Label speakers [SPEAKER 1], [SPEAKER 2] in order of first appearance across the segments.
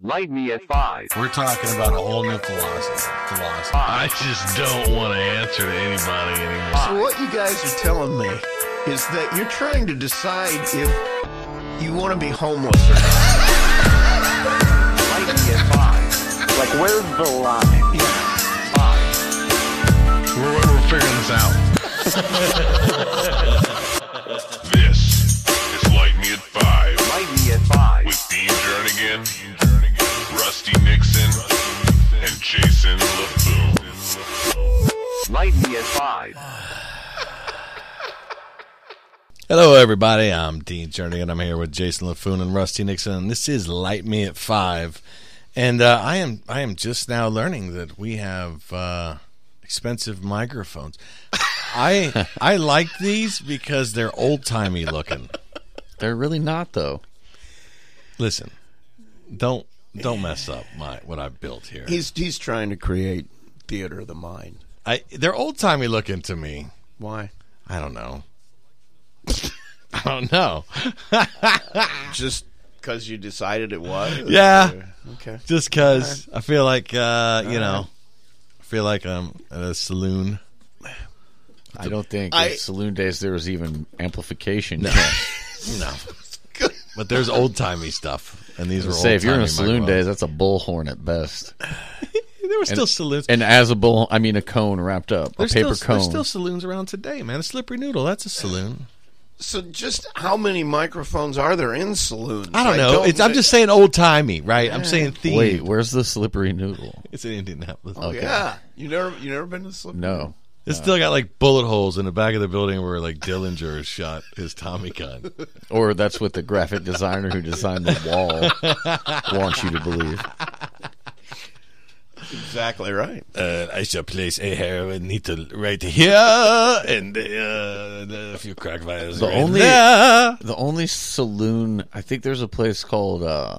[SPEAKER 1] Light me at five.
[SPEAKER 2] We're talking about a whole new philosophy. philosophy.
[SPEAKER 3] I just don't want to answer to anybody anymore.
[SPEAKER 4] So what you guys are telling me is that you're trying to decide if you want to be homeless or not.
[SPEAKER 1] Light me at five.
[SPEAKER 5] Like, where's the line?
[SPEAKER 1] Five.
[SPEAKER 3] We're, we're figuring this out.
[SPEAKER 6] This is Light Me at 5
[SPEAKER 1] Light me at five.
[SPEAKER 6] with Dean Jernigan, Rusty Nixon, and Jason LaFoon.
[SPEAKER 1] Light me at five.
[SPEAKER 2] Hello, everybody. I'm Dean Journey, and I'm here with Jason LaFoon and Rusty Nixon. And this is Light Me at Five, and uh, I am I am just now learning that we have uh, expensive microphones. I I like these because they're old timey looking.
[SPEAKER 7] They're really not though.
[SPEAKER 2] Listen, don't don't mess up my what I've built here.
[SPEAKER 4] He's he's trying to create theater of the mind.
[SPEAKER 2] I, they're old timey looking to me.
[SPEAKER 4] Why?
[SPEAKER 2] I don't know. I don't know.
[SPEAKER 4] Just because you decided it was.
[SPEAKER 2] Yeah.
[SPEAKER 4] Okay.
[SPEAKER 2] just because I feel like uh, you know, I feel like I'm at a saloon.
[SPEAKER 7] I don't think
[SPEAKER 4] I-
[SPEAKER 7] in saloon days there was even amplification. No.
[SPEAKER 2] No, but there's old timey stuff, and these were
[SPEAKER 7] Say if you're in a
[SPEAKER 2] old-timey
[SPEAKER 7] saloon days,
[SPEAKER 2] microphones.
[SPEAKER 7] that's a bullhorn at best.
[SPEAKER 2] there were still saloons.
[SPEAKER 7] And as a bull, I mean a cone wrapped up,
[SPEAKER 2] there's
[SPEAKER 7] a paper
[SPEAKER 2] still,
[SPEAKER 7] cone.
[SPEAKER 2] There's still saloons around today, man. A slippery noodle. That's a saloon.
[SPEAKER 4] So just how many microphones are there in saloons?
[SPEAKER 2] I don't know. it's, I'm just saying old timey, right? I'm saying theme.
[SPEAKER 7] Wait, where's the slippery noodle?
[SPEAKER 2] It's in Indianapolis.
[SPEAKER 4] Oh, Yeah. You never you never been to saloon?
[SPEAKER 7] No.
[SPEAKER 2] It's still got like bullet holes in the back of the building where like Dillinger shot his Tommy gun.
[SPEAKER 7] Or that's what the graphic designer who designed the wall wants you to believe.
[SPEAKER 4] Exactly right.
[SPEAKER 2] uh, I shall place a heroin needle right here and uh, a few crack vials.
[SPEAKER 7] The
[SPEAKER 2] right
[SPEAKER 7] only-
[SPEAKER 2] there.
[SPEAKER 7] The only saloon I think there's a place called uh,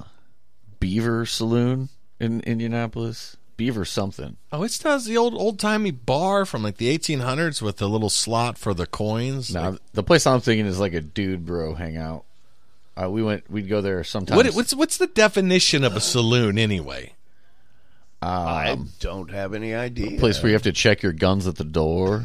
[SPEAKER 7] Beaver Saloon in Indianapolis. Beaver something.
[SPEAKER 2] oh, it does the old old timey bar from like the 1800s with the little slot for the coins.
[SPEAKER 7] No,
[SPEAKER 2] Like,
[SPEAKER 7] the place I'm thinking is like a dude bro hangout. Uh, we went, we'd go there sometimes.
[SPEAKER 2] what, what's what's the definition of a saloon anyway?
[SPEAKER 4] I don't have any idea.
[SPEAKER 7] Um, place where you have to check your guns at the door?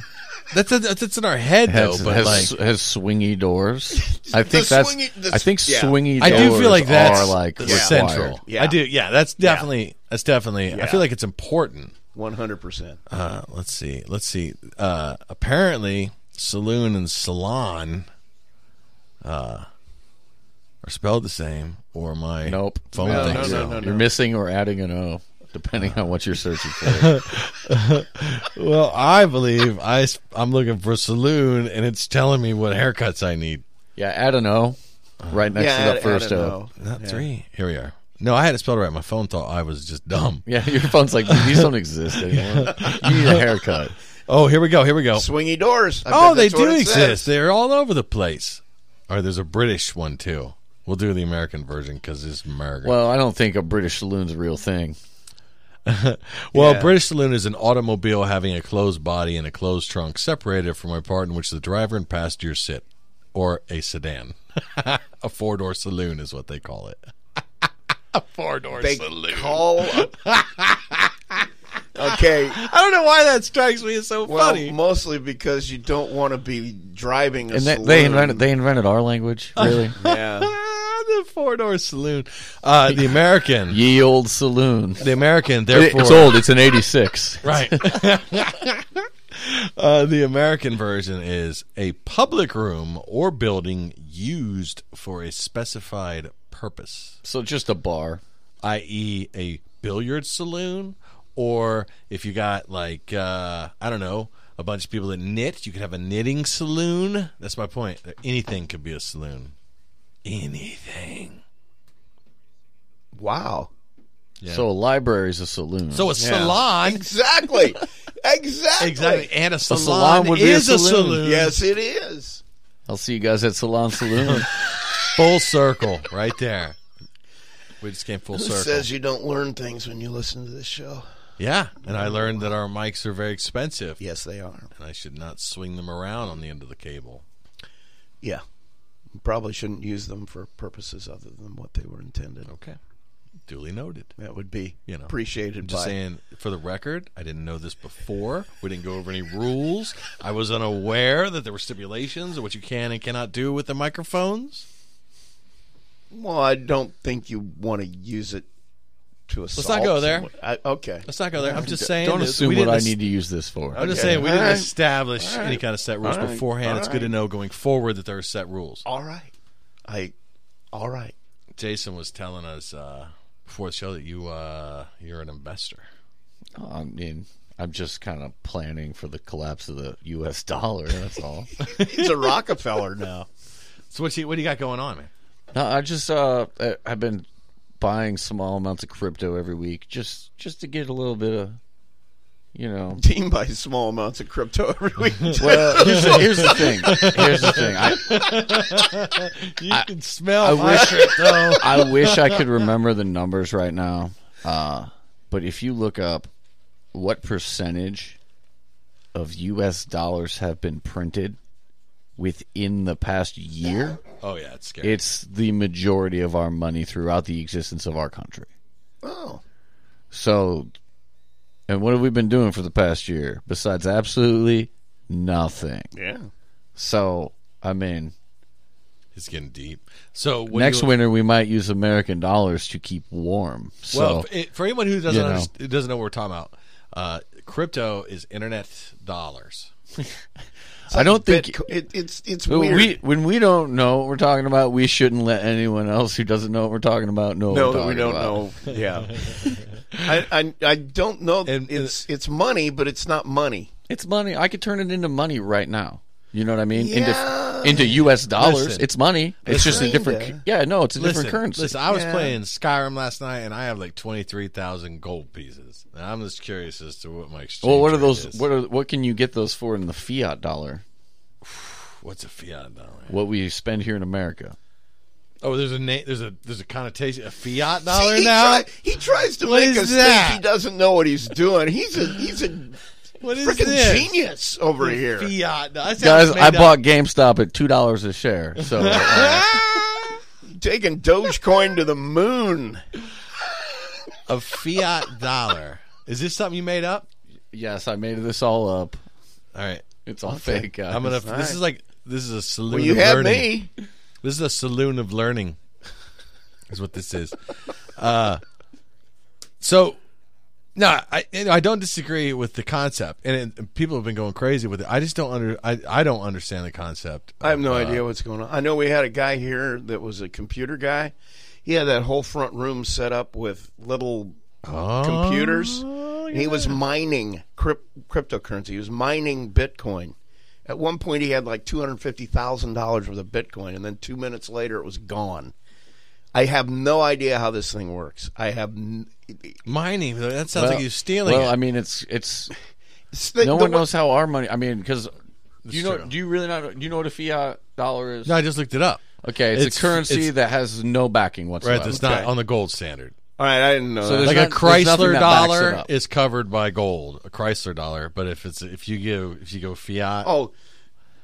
[SPEAKER 2] That's that's, that's in our head though,
[SPEAKER 7] Has,
[SPEAKER 2] but
[SPEAKER 7] has,
[SPEAKER 2] like
[SPEAKER 7] has swingy doors? I think
[SPEAKER 4] The
[SPEAKER 7] that's.
[SPEAKER 4] swingy- the-
[SPEAKER 7] I think
[SPEAKER 4] yeah.
[SPEAKER 7] swingy.
[SPEAKER 2] I
[SPEAKER 7] doors
[SPEAKER 2] do feel like that's
[SPEAKER 7] are like
[SPEAKER 2] the central.
[SPEAKER 7] required.
[SPEAKER 4] Yeah.
[SPEAKER 2] I do. Yeah, that's definitely that's definitely. I
[SPEAKER 4] Yeah.
[SPEAKER 2] feel like it's important.
[SPEAKER 4] One hundred percent.
[SPEAKER 2] Uh, let's see. Let's see. Uh, apparently, saloon and salon uh, are spelled the same, or my
[SPEAKER 7] Nope.
[SPEAKER 2] phone
[SPEAKER 4] No,
[SPEAKER 2] thinks
[SPEAKER 4] no,
[SPEAKER 2] so.
[SPEAKER 4] no, no.
[SPEAKER 7] You're missing or adding an O, depending on what you're searching for.
[SPEAKER 2] Well, I believe I, s- I'm looking for saloon, and it's telling me what haircuts I need.
[SPEAKER 7] yeah, add an O, right next to that first
[SPEAKER 2] uh,
[SPEAKER 7] O.
[SPEAKER 2] Not three. Here we are. No, I had it spelled right. My phone thought I was just dumb.
[SPEAKER 7] Yeah, your phone's like these don't exist anymore. You need a haircut.
[SPEAKER 2] Oh, here we go. Here we go.
[SPEAKER 4] Swingy doors. I
[SPEAKER 2] Oh,
[SPEAKER 4] bet
[SPEAKER 2] they
[SPEAKER 4] that's what
[SPEAKER 2] do
[SPEAKER 4] it
[SPEAKER 2] exist.
[SPEAKER 4] says.
[SPEAKER 2] They're all over the place. Or there's a British one too. We'll do the American version because it's American.
[SPEAKER 7] Well, I don't think a British saloon's a real thing.
[SPEAKER 2] Well,
[SPEAKER 4] Yeah.
[SPEAKER 2] British saloon is an automobile having a closed body and a closed trunk separated from a part in which the driver and passenger sit, or a sedan. a four door saloon is what they call it. a four door
[SPEAKER 4] They call. okay.
[SPEAKER 2] I don't know why that strikes me as so
[SPEAKER 4] Well,
[SPEAKER 2] funny.
[SPEAKER 4] mostly because you don't want to be driving a
[SPEAKER 7] And they,
[SPEAKER 4] saloon.
[SPEAKER 7] they invented they invented our language, really.
[SPEAKER 4] Yeah.
[SPEAKER 2] Ah, the four door saloon. Uh, the American.
[SPEAKER 7] Ye old saloon.
[SPEAKER 2] The American, therefore.
[SPEAKER 7] It's old. It's an '86.
[SPEAKER 2] Right. uh, the American version is a public room or building used for a specified purpose,
[SPEAKER 7] So just a bar.
[SPEAKER 2] i.e., e, a billiard saloon, or if you got like uh, I don't know, a bunch of people that knit, you could have a knitting saloon. That's my point. Anything could be a saloon. Anything.
[SPEAKER 4] Wow.
[SPEAKER 2] Yeah.
[SPEAKER 7] So a library's a saloon.
[SPEAKER 2] So a salon,
[SPEAKER 4] Exactly. exactly.
[SPEAKER 2] exactly, and a salon,
[SPEAKER 7] salon would be a
[SPEAKER 2] is a
[SPEAKER 7] saloon.
[SPEAKER 2] saloon.
[SPEAKER 4] Yes, it is.
[SPEAKER 7] I'll see you guys at Salon Saloon.
[SPEAKER 2] full circle right there. We just came full
[SPEAKER 4] Who
[SPEAKER 2] circle.
[SPEAKER 4] says you don't learn things when you listen to this show?
[SPEAKER 2] yeah, and I learned that our mics are very expensive,
[SPEAKER 4] Yes, they are.
[SPEAKER 2] and I should not swing them around on the end of the cable.
[SPEAKER 4] Yeah. You Probably shouldn't use them for purposes other than what they were intended.
[SPEAKER 2] Okay. Duly noted.
[SPEAKER 4] That would be
[SPEAKER 2] You know,
[SPEAKER 4] appreciated
[SPEAKER 2] I'm just
[SPEAKER 4] by
[SPEAKER 2] saying, for the record, I didn't know this before. We didn't go over any rules. I was unaware that there were stipulations of what you can and cannot do with the microphones.
[SPEAKER 4] Well, I don't think you want to use it to assault.
[SPEAKER 2] not go there.
[SPEAKER 4] someone. I, okay.
[SPEAKER 2] Let's not go there. I'm just saying.
[SPEAKER 7] Don't
[SPEAKER 2] that
[SPEAKER 7] assume
[SPEAKER 2] we
[SPEAKER 7] what
[SPEAKER 2] didn't
[SPEAKER 7] I
[SPEAKER 2] es-
[SPEAKER 7] need to use this for.
[SPEAKER 2] I'm just
[SPEAKER 4] Okay.
[SPEAKER 2] saying we didn't
[SPEAKER 4] All right.
[SPEAKER 2] establish
[SPEAKER 4] All right.
[SPEAKER 2] any kind of set rules
[SPEAKER 4] All right.
[SPEAKER 2] beforehand.
[SPEAKER 4] All
[SPEAKER 2] It's good to
[SPEAKER 4] right.
[SPEAKER 2] know going forward that there are set rules.
[SPEAKER 4] All right. I. All right.
[SPEAKER 2] Jason was telling us uh, before the show that you uh, you're an investor.
[SPEAKER 7] I mean, I'm just kind of planning for the collapse of the U.S. dollar. That's all.
[SPEAKER 4] He's a Rockefeller now.
[SPEAKER 2] So what's he, what do you got going on, man?
[SPEAKER 7] no, I just uh, I- I've been buying small amounts of crypto every week, just just to get a little bit of, you know.
[SPEAKER 4] Team by small amounts of crypto every week.
[SPEAKER 7] Well, here's the, here's the thing. Here's the thing. I,
[SPEAKER 2] You can smell
[SPEAKER 7] I
[SPEAKER 2] my
[SPEAKER 7] wish-
[SPEAKER 2] crypto.
[SPEAKER 7] I wish I could remember the numbers right now. Uh, but if you look up what percentage of U.S. dollars have been printed within the past year,
[SPEAKER 2] oh yeah, it's scary.
[SPEAKER 7] it's the majority of our money throughout the existence of our country.
[SPEAKER 4] oh,
[SPEAKER 7] So, and what have we been doing for the past year besides absolutely nothing?
[SPEAKER 4] yeah.
[SPEAKER 7] So, I mean,
[SPEAKER 2] it's getting deep. So what
[SPEAKER 7] next
[SPEAKER 2] do you,
[SPEAKER 7] winter we might use American dollars to keep warm. So,
[SPEAKER 2] Well, f- it- for anyone who doesn't
[SPEAKER 7] you know.
[SPEAKER 2] underst- who doesn't know what we're talking about, uh, crypto is internet dollars.
[SPEAKER 7] I don't think
[SPEAKER 4] Bitco- it, it's it's
[SPEAKER 7] But
[SPEAKER 4] weird.
[SPEAKER 7] We when we don't know what we're talking about, we shouldn't let anyone else who doesn't know what we're talking about know.
[SPEAKER 4] no,
[SPEAKER 7] what we're
[SPEAKER 4] that we
[SPEAKER 7] talking
[SPEAKER 4] don't
[SPEAKER 7] about.
[SPEAKER 4] know. Yeah. I, I I don't know.
[SPEAKER 7] uh,
[SPEAKER 2] And-
[SPEAKER 4] it's it's money, but it's not money.
[SPEAKER 7] It's money. I could turn it into money right now. You know what I mean?
[SPEAKER 4] Yeah.
[SPEAKER 7] Into into U.S. dollars.
[SPEAKER 2] Listen.
[SPEAKER 7] it's money. It's just a
[SPEAKER 4] Kinda.
[SPEAKER 7] different. Yeah, no, it's a different currency.
[SPEAKER 2] Listen, I was
[SPEAKER 4] Yeah.
[SPEAKER 2] playing Skyrim last night, and I have like twenty three thousand gold pieces. And I'm just curious as to what my exchange.
[SPEAKER 7] well, what are
[SPEAKER 2] rate
[SPEAKER 7] those?
[SPEAKER 2] is.
[SPEAKER 7] What are what can you get those for in the fiat dollar?
[SPEAKER 2] What's a fiat dollar?
[SPEAKER 7] What we spend here in America?
[SPEAKER 2] Oh, there's a na- there's a there's a connotation a fiat dollar
[SPEAKER 4] he,
[SPEAKER 2] now.
[SPEAKER 4] try- he tries to
[SPEAKER 2] What
[SPEAKER 4] make
[SPEAKER 2] is
[SPEAKER 4] us
[SPEAKER 2] that?
[SPEAKER 4] think he doesn't know what he's doing. He's a he's a
[SPEAKER 2] What is
[SPEAKER 4] freaking
[SPEAKER 2] this?
[SPEAKER 4] genius over here.
[SPEAKER 2] Fiat dollar. That
[SPEAKER 7] Guys,
[SPEAKER 2] sounds made
[SPEAKER 7] I
[SPEAKER 2] up.
[SPEAKER 7] bought GameStop at two dollars a share. So uh,
[SPEAKER 4] Taking Dogecoin to the moon.
[SPEAKER 2] a fiat dollar. Is this something you made up?
[SPEAKER 7] yes, I made this all up.
[SPEAKER 2] All right,
[SPEAKER 7] It's all fake. Guys.
[SPEAKER 2] I'm gonna. This
[SPEAKER 4] right.
[SPEAKER 2] is like this is a saloon.
[SPEAKER 4] Well, you
[SPEAKER 2] of
[SPEAKER 4] had
[SPEAKER 2] learning.
[SPEAKER 4] me.
[SPEAKER 2] This is a saloon of learning. Is what this is. Uh, so, no, I you know, I don't disagree with the concept, and, it, people have been going crazy with it. I just don't under I, I don't understand the concept.
[SPEAKER 4] I have no idea what's going on. I know we had a guy here that was a computer guy. He had that whole front room set up with little
[SPEAKER 7] Oh,
[SPEAKER 4] computers. He was mining crypt- cryptocurrency. He was mining Bitcoin. At one point, he had like two hundred fifty thousand dollars worth of Bitcoin, and then two minutes later, it was gone. I have no idea how this thing works. I have n-
[SPEAKER 2] mining. That sounds like
[SPEAKER 7] Well-
[SPEAKER 2] you're stealing.
[SPEAKER 7] Well,
[SPEAKER 2] it.
[SPEAKER 7] I mean, it's it's
[SPEAKER 4] It's the-
[SPEAKER 7] no
[SPEAKER 4] the
[SPEAKER 7] one
[SPEAKER 4] way-
[SPEAKER 7] knows how our money. I mean, because you know,
[SPEAKER 2] true.
[SPEAKER 7] do you really not? Do you know what a fiat dollar is?
[SPEAKER 2] no, I just looked it up.
[SPEAKER 7] Okay, it's,
[SPEAKER 2] It's-
[SPEAKER 7] a currency
[SPEAKER 2] it's-
[SPEAKER 7] that has no backing whatsoever.
[SPEAKER 2] Right, that's
[SPEAKER 4] Okay.
[SPEAKER 2] not on the gold standard.
[SPEAKER 4] All right, I didn't know.
[SPEAKER 7] So
[SPEAKER 4] that.
[SPEAKER 7] there's
[SPEAKER 2] like a
[SPEAKER 7] not- there's nothing
[SPEAKER 2] Chrysler
[SPEAKER 7] that backs it
[SPEAKER 2] dollar
[SPEAKER 7] up.
[SPEAKER 2] is covered by gold, a Chrysler dollar. But if it's if you give if you go fiat,
[SPEAKER 4] Oh,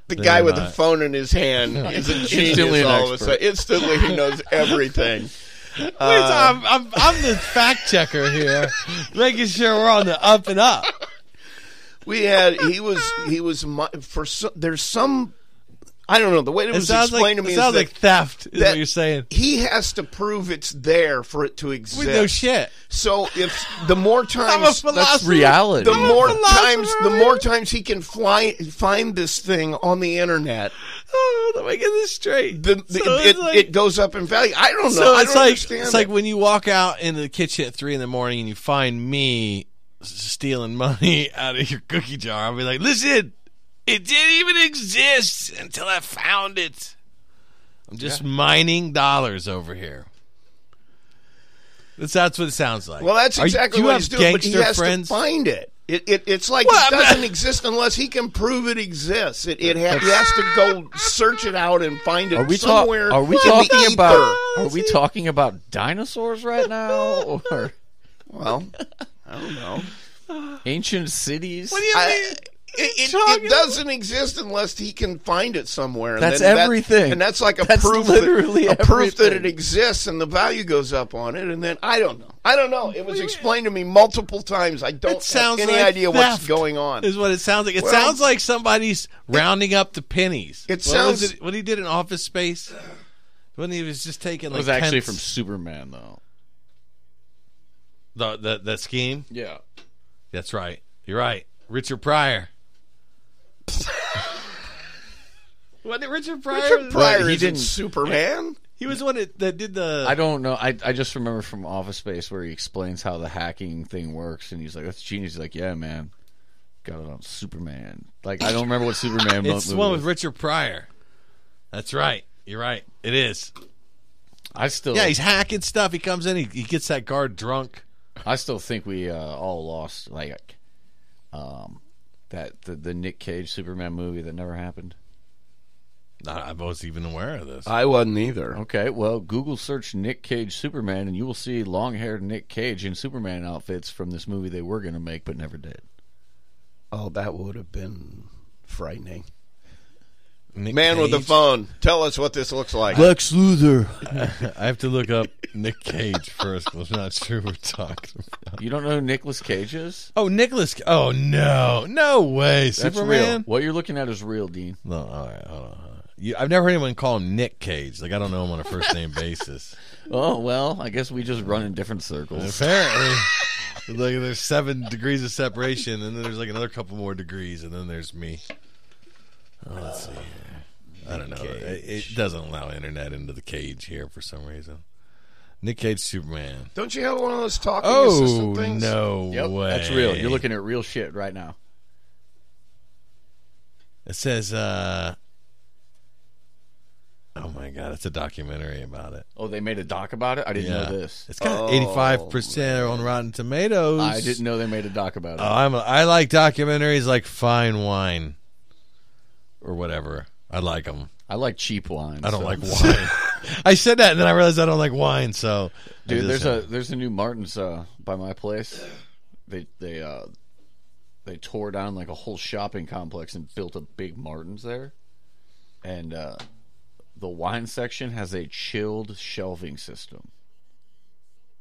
[SPEAKER 4] the guy with the
[SPEAKER 2] not.
[SPEAKER 4] phone in his hand is a genius
[SPEAKER 7] Instantly an
[SPEAKER 4] all of a
[SPEAKER 7] expert.
[SPEAKER 4] sudden. Instantly, he knows everything.
[SPEAKER 2] Oh, Wait, so I'm, I'm, I'm the fact checker here, making sure we're on the up and up.
[SPEAKER 4] We had he was he was my, for so, there's some I don't know the way it
[SPEAKER 2] It
[SPEAKER 4] was
[SPEAKER 2] sounds like
[SPEAKER 4] explained to me
[SPEAKER 2] it
[SPEAKER 4] is
[SPEAKER 2] sounds
[SPEAKER 4] that
[SPEAKER 2] like theft. Is
[SPEAKER 4] that-
[SPEAKER 2] what you're saying?
[SPEAKER 4] he has to prove it's there for it to exist.
[SPEAKER 2] We no shit.
[SPEAKER 4] So if the more
[SPEAKER 2] I'm a
[SPEAKER 4] times
[SPEAKER 7] That's
[SPEAKER 2] philosopher.
[SPEAKER 7] reality.
[SPEAKER 4] the more
[SPEAKER 2] philosopher
[SPEAKER 4] times the
[SPEAKER 2] over
[SPEAKER 4] more times he can fly find this thing on the internet,
[SPEAKER 2] Oh, let me get this straight.
[SPEAKER 4] the, the,
[SPEAKER 2] So
[SPEAKER 4] it,
[SPEAKER 2] it's like-
[SPEAKER 4] it goes up in value. I don't know.
[SPEAKER 2] so
[SPEAKER 4] I
[SPEAKER 2] it's
[SPEAKER 4] don't
[SPEAKER 2] like
[SPEAKER 4] understand
[SPEAKER 2] it's
[SPEAKER 4] it.
[SPEAKER 2] like when you walk out into the kitchen at three in the morning and you find me s- stealing money out of your cookie jar. I'll be like, listen, it didn't even exist until I found it. I'm just mining dollars over here. That's, that's what it sounds like.
[SPEAKER 4] Well, that's
[SPEAKER 2] Are you-
[SPEAKER 4] exactly
[SPEAKER 2] do you
[SPEAKER 4] what
[SPEAKER 2] have
[SPEAKER 4] he's doing, but he
[SPEAKER 2] gangster
[SPEAKER 4] has
[SPEAKER 2] friends?
[SPEAKER 4] to find it. It, it. It's like
[SPEAKER 2] Well,
[SPEAKER 4] it
[SPEAKER 2] I'm not-
[SPEAKER 4] doesn't exist unless he can prove it exists. It, it ha- he has to go search it out and find it
[SPEAKER 7] Are we, ta-
[SPEAKER 4] somewhere.
[SPEAKER 7] are we
[SPEAKER 4] in the
[SPEAKER 7] talking
[SPEAKER 4] ether.
[SPEAKER 7] about are we talking about dinosaurs right now or
[SPEAKER 4] Well, I don't know.
[SPEAKER 7] ancient cities?
[SPEAKER 2] What do you
[SPEAKER 4] I-
[SPEAKER 2] mean?
[SPEAKER 4] It,
[SPEAKER 7] talking
[SPEAKER 4] it, it doesn't exist unless he can find it somewhere. And
[SPEAKER 7] That's
[SPEAKER 4] then that-
[SPEAKER 7] everything.
[SPEAKER 4] and that's like a
[SPEAKER 7] That's
[SPEAKER 4] proof,
[SPEAKER 7] literally
[SPEAKER 4] that, a proof that
[SPEAKER 7] everything.
[SPEAKER 4] it exists, and the value goes up on it. And then I don't know. I don't know. It was explained to me multiple times. I don't
[SPEAKER 2] It sounds
[SPEAKER 4] have any
[SPEAKER 2] like
[SPEAKER 4] idea what's
[SPEAKER 2] theft,
[SPEAKER 4] going on.
[SPEAKER 2] Is what it sounds like. It
[SPEAKER 4] Well-
[SPEAKER 2] sounds like somebody's rounding up the pennies.
[SPEAKER 4] It
[SPEAKER 2] What was
[SPEAKER 4] sounds-
[SPEAKER 2] it- what he did in Office Space. When he was just taking
[SPEAKER 7] It
[SPEAKER 2] like
[SPEAKER 7] was actually
[SPEAKER 2] tenths.
[SPEAKER 7] from Superman, though.
[SPEAKER 2] the, the the scheme.
[SPEAKER 7] Yeah.
[SPEAKER 2] That's right. You're right. Richard Pryor. Wasn't it Richard Pryor?
[SPEAKER 4] Richard Pryor
[SPEAKER 7] he
[SPEAKER 4] isn't
[SPEAKER 7] didn't-
[SPEAKER 4] Superman.
[SPEAKER 2] He was the one that, that did the.
[SPEAKER 7] I don't know. I, I just remember from Office Space where he explains how the hacking thing works, and he's like, "That's genius." He's like, "Yeah, man, got it on Superman." Like I don't remember what Superman.
[SPEAKER 2] it's the
[SPEAKER 7] movie
[SPEAKER 2] one
[SPEAKER 7] was.
[SPEAKER 2] with Richard Pryor. That's right. You're right. It is.
[SPEAKER 4] Oh.
[SPEAKER 7] I still,
[SPEAKER 2] Yeah, he's hacking stuff. He comes in. He, he gets that guard drunk.
[SPEAKER 7] I still think we uh, all lost like, um, that the, the Nick Cage Superman movie that never happened.
[SPEAKER 2] I I wasn't even aware of this.
[SPEAKER 4] I wasn't either.
[SPEAKER 7] Okay, well, Google search Nick Cage Superman, and you will see long-haired Nick Cage in Superman outfits from this movie they were going to make but never did.
[SPEAKER 4] Oh, that would have been frightening.
[SPEAKER 2] Nick
[SPEAKER 4] Man with the
[SPEAKER 2] Cage.
[SPEAKER 4] phone, tell us what this looks like.
[SPEAKER 7] Lex Luthor.
[SPEAKER 2] I have to look up Nick Cage first. 'cause I'm not sure we're talking about.
[SPEAKER 7] You don't know who Nicolas Cage is?
[SPEAKER 2] Oh, Nicholas. Oh no, no way,
[SPEAKER 7] That's real.
[SPEAKER 2] Superman.
[SPEAKER 7] What you're looking at is real, Dean.
[SPEAKER 2] No, all right, hold on. hold on. You, I've never heard anyone call him Nick Cage. Like I don't know him on a first name basis.
[SPEAKER 7] Oh well, I guess we just run in different circles.
[SPEAKER 2] Apparently, like there's seven degrees of separation, and then there's like another couple more degrees, and then there's me. Oh, let's see. Here. I don't know. It, it doesn't allow internet into the cage here for some reason. Nick Cage, Superman.
[SPEAKER 4] Don't you have one of those talking
[SPEAKER 2] Oh
[SPEAKER 4] assistant things?
[SPEAKER 2] no
[SPEAKER 7] Yep,
[SPEAKER 2] way!
[SPEAKER 7] that's real. You're looking at real shit right now.
[SPEAKER 2] It says, uh, oh my God, it's a documentary about it.
[SPEAKER 7] Oh, they made a doc about it. I didn't know this. Oh,
[SPEAKER 2] It's got 85% on Rotten Tomatoes.
[SPEAKER 7] I didn't know they made a doc about it.
[SPEAKER 2] Oh, I'm a, I like documentaries like fine wine or whatever. I like them.
[SPEAKER 7] I like cheap wine.
[SPEAKER 2] I don't
[SPEAKER 7] so-
[SPEAKER 2] like wine. I said that and then I realized I don't like wine. So, I
[SPEAKER 7] Dude,
[SPEAKER 2] just-
[SPEAKER 7] there's a there's a new Martin's uh, by my place. They they uh, they tore down like a whole shopping complex and built a big Martin's there, and uh, the wine section has a chilled shelving system.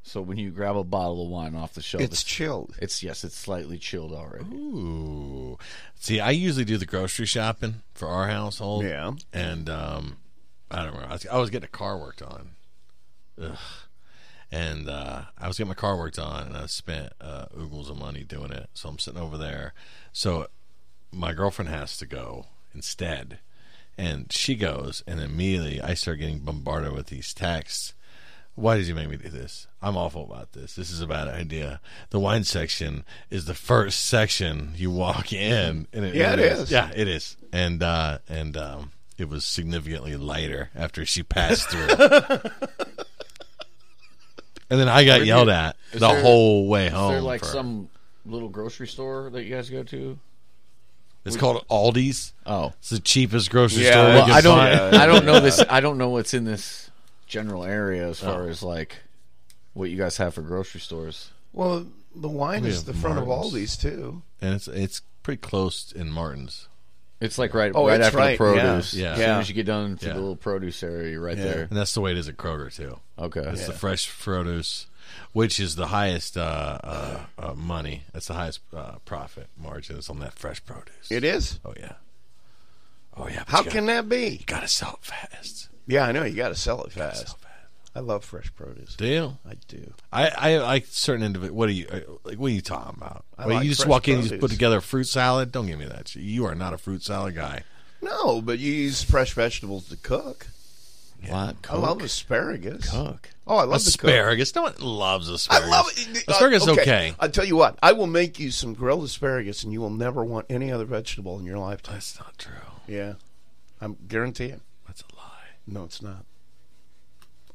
[SPEAKER 7] So when you grab a bottle of wine off the shelf,
[SPEAKER 4] It's chilled.
[SPEAKER 7] It's yes, it's slightly chilled already.
[SPEAKER 2] Ooh. See, I usually do the grocery shopping for our household.
[SPEAKER 4] Yeah.
[SPEAKER 2] And um, I don't remember. I was, I was getting a car worked on. Ugh. And uh, I was getting my car worked on, and I spent uh, oogles of money doing it. So I'm sitting over there. So my girlfriend has to go instead. And she goes, and immediately I start getting bombarded with these texts. Why did you make me do this? I'm awful about this. This is a bad idea. The wine section is the first section you walk in, and it,
[SPEAKER 4] Yeah, it
[SPEAKER 2] really
[SPEAKER 4] is.
[SPEAKER 2] Yeah, it is. And uh, and um, it was significantly lighter after she passed through. and then I got yelled at the
[SPEAKER 7] there-
[SPEAKER 2] whole way home.
[SPEAKER 7] Is there like
[SPEAKER 2] Oh, for-
[SPEAKER 7] some little grocery store that you guys go to?
[SPEAKER 2] It's called Aldi's.
[SPEAKER 7] Oh,
[SPEAKER 2] It's the cheapest grocery
[SPEAKER 4] Yeah,
[SPEAKER 2] store.
[SPEAKER 4] well,
[SPEAKER 2] we
[SPEAKER 7] well,
[SPEAKER 2] can
[SPEAKER 7] I don't.
[SPEAKER 2] find.
[SPEAKER 7] I don't know this. I don't know what's in this general area as
[SPEAKER 2] Oh.
[SPEAKER 7] far as like what you guys have for grocery stores.
[SPEAKER 4] Well, the wine
[SPEAKER 2] We
[SPEAKER 4] is
[SPEAKER 2] have
[SPEAKER 4] the front of all
[SPEAKER 2] Martin's.
[SPEAKER 4] these too.
[SPEAKER 2] and it's it's pretty close in Martin's.
[SPEAKER 7] It's like right,
[SPEAKER 4] Oh,
[SPEAKER 7] right
[SPEAKER 4] it's
[SPEAKER 7] after
[SPEAKER 4] right,
[SPEAKER 7] the produce.
[SPEAKER 2] yeah.
[SPEAKER 7] As
[SPEAKER 2] Yeah.
[SPEAKER 7] soon as you get down to
[SPEAKER 2] Yeah.
[SPEAKER 7] the little produce area, you're right there.
[SPEAKER 2] And that's the way it is at Kroger too.
[SPEAKER 7] Okay.
[SPEAKER 2] It's the fresh produce, which is the highest uh, uh, uh, money. That's the highest uh, profit margin. It's on that fresh produce.
[SPEAKER 4] It is.
[SPEAKER 2] Oh yeah. Oh yeah. but
[SPEAKER 4] How
[SPEAKER 2] you
[SPEAKER 4] can
[SPEAKER 2] gotta,
[SPEAKER 4] that be?
[SPEAKER 2] you gotta sell it fast?
[SPEAKER 4] Yeah, I know. You got to sell it fast.
[SPEAKER 2] Sell fast.
[SPEAKER 4] I love fresh produce.
[SPEAKER 2] Deal.
[SPEAKER 4] I do.
[SPEAKER 2] I, I like certain individual. What are you uh, like? What are you talking about?
[SPEAKER 4] I
[SPEAKER 2] Well,
[SPEAKER 4] like
[SPEAKER 2] you just
[SPEAKER 4] fresh
[SPEAKER 2] walk in, you just
[SPEAKER 4] produce.
[SPEAKER 2] put together a fruit salad. Don't give me that. shit. You are not a fruit salad guy.
[SPEAKER 4] No, but you use fresh vegetables to cook.
[SPEAKER 7] What?
[SPEAKER 4] I love asparagus.
[SPEAKER 7] Cook.
[SPEAKER 4] Oh, I love to cook.
[SPEAKER 2] asparagus. No one loves
[SPEAKER 4] I
[SPEAKER 2] asparagus.
[SPEAKER 4] love it.
[SPEAKER 2] Asparagus is
[SPEAKER 4] Uh,
[SPEAKER 2] okay.
[SPEAKER 4] I'll tell you what. I will make you some grilled asparagus, and you will never want any other vegetable in your lifetime.
[SPEAKER 2] That's not true.
[SPEAKER 4] Yeah, I'm guarantee it.
[SPEAKER 2] That's a lie.
[SPEAKER 4] No, it's not.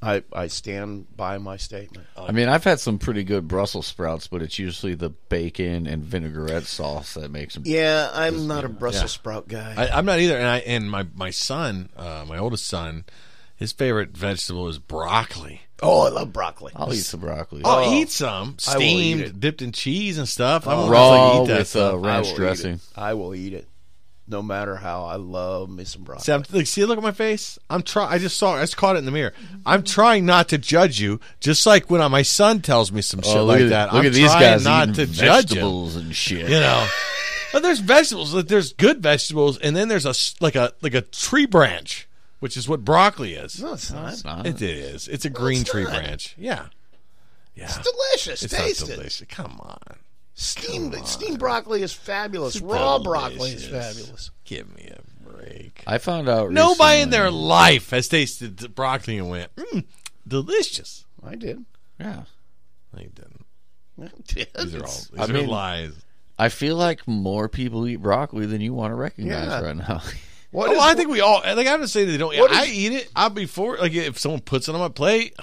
[SPEAKER 4] I I stand by my statement.
[SPEAKER 7] I mean, I've had some pretty good Brussels sprouts, but it's usually the bacon and vinaigrette sauce that makes them.
[SPEAKER 4] Yeah, I'm not a Brussels sprout guy.
[SPEAKER 2] I, I'm not either. And I and my my son, uh, my oldest son, His favorite vegetable is broccoli.
[SPEAKER 4] Oh, I love broccoli.
[SPEAKER 7] I'll eat some broccoli.
[SPEAKER 2] I'll eat some
[SPEAKER 4] I will eat it.
[SPEAKER 2] steamed, dipped in cheese and stuff. I won't
[SPEAKER 7] Raw
[SPEAKER 2] eat that
[SPEAKER 7] with
[SPEAKER 2] stuff.
[SPEAKER 7] uh,
[SPEAKER 4] I
[SPEAKER 7] ranch
[SPEAKER 4] will eat
[SPEAKER 7] dressing.
[SPEAKER 4] it. I will eat it, no matter how. I love me some broccoli.
[SPEAKER 2] See, I'm, like, see, look at my face. I'm trying. I just saw. I just caught it in the mirror. I'm trying not to judge you. Just like when uh, my son tells me some shit
[SPEAKER 7] Oh, look
[SPEAKER 2] like
[SPEAKER 7] at,
[SPEAKER 2] that.
[SPEAKER 7] Look
[SPEAKER 2] I'm
[SPEAKER 7] at these
[SPEAKER 2] trying
[SPEAKER 7] guys
[SPEAKER 2] not to
[SPEAKER 7] eating
[SPEAKER 2] judge him.
[SPEAKER 7] vegetables and shit.
[SPEAKER 2] you know. But there's vegetables. like, There's good vegetables, and then there's a s- like a like a tree branch, which is what broccoli is.
[SPEAKER 4] no, it's not.
[SPEAKER 7] It's not.
[SPEAKER 2] It is. It's a green tree branch. Yeah, yeah. It's
[SPEAKER 4] Delicious. Taste
[SPEAKER 2] not
[SPEAKER 4] it.
[SPEAKER 2] delicious. Come on,
[SPEAKER 4] Steamed steamed broccoli is fabulous. Raw broccoli is
[SPEAKER 2] Delicious.
[SPEAKER 4] fabulous.
[SPEAKER 2] Give me a break.
[SPEAKER 7] I found out.
[SPEAKER 2] Nobody in
[SPEAKER 7] recently-
[SPEAKER 2] their life has tasted the broccoli and went, mm, delicious.
[SPEAKER 4] I did.
[SPEAKER 7] Yeah.
[SPEAKER 2] They didn't.
[SPEAKER 4] I did.
[SPEAKER 2] These are all
[SPEAKER 4] It's-
[SPEAKER 2] these
[SPEAKER 7] I
[SPEAKER 2] are
[SPEAKER 7] mean-
[SPEAKER 2] lies.
[SPEAKER 7] I feel like more people eat broccoli than you want to recognize
[SPEAKER 4] Yeah.
[SPEAKER 7] right now.
[SPEAKER 4] What
[SPEAKER 2] Oh,
[SPEAKER 4] is-
[SPEAKER 2] I think we all like. I have to say they don't.
[SPEAKER 4] What
[SPEAKER 2] I
[SPEAKER 4] is-
[SPEAKER 2] eat it. I before like if someone puts it on my plate,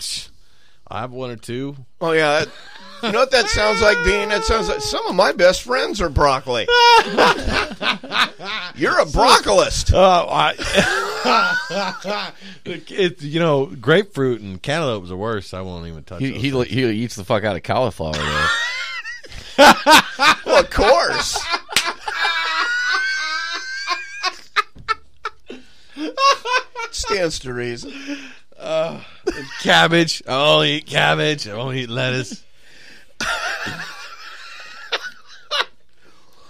[SPEAKER 2] I have one or two.
[SPEAKER 4] Oh yeah. that- you know what that sounds like, Dean? That sounds like some of my best friends are broccoli. You're a broccolist.
[SPEAKER 2] Uh, I, it, you know, grapefruit and cantaloupes are worse. I won't even touch.
[SPEAKER 7] he,
[SPEAKER 2] those.
[SPEAKER 7] he he eats the fuck out of cauliflower. Though.
[SPEAKER 4] Well, of course. Stands to reason.
[SPEAKER 2] cabbage. I won't eat cabbage. I won't eat lettuce.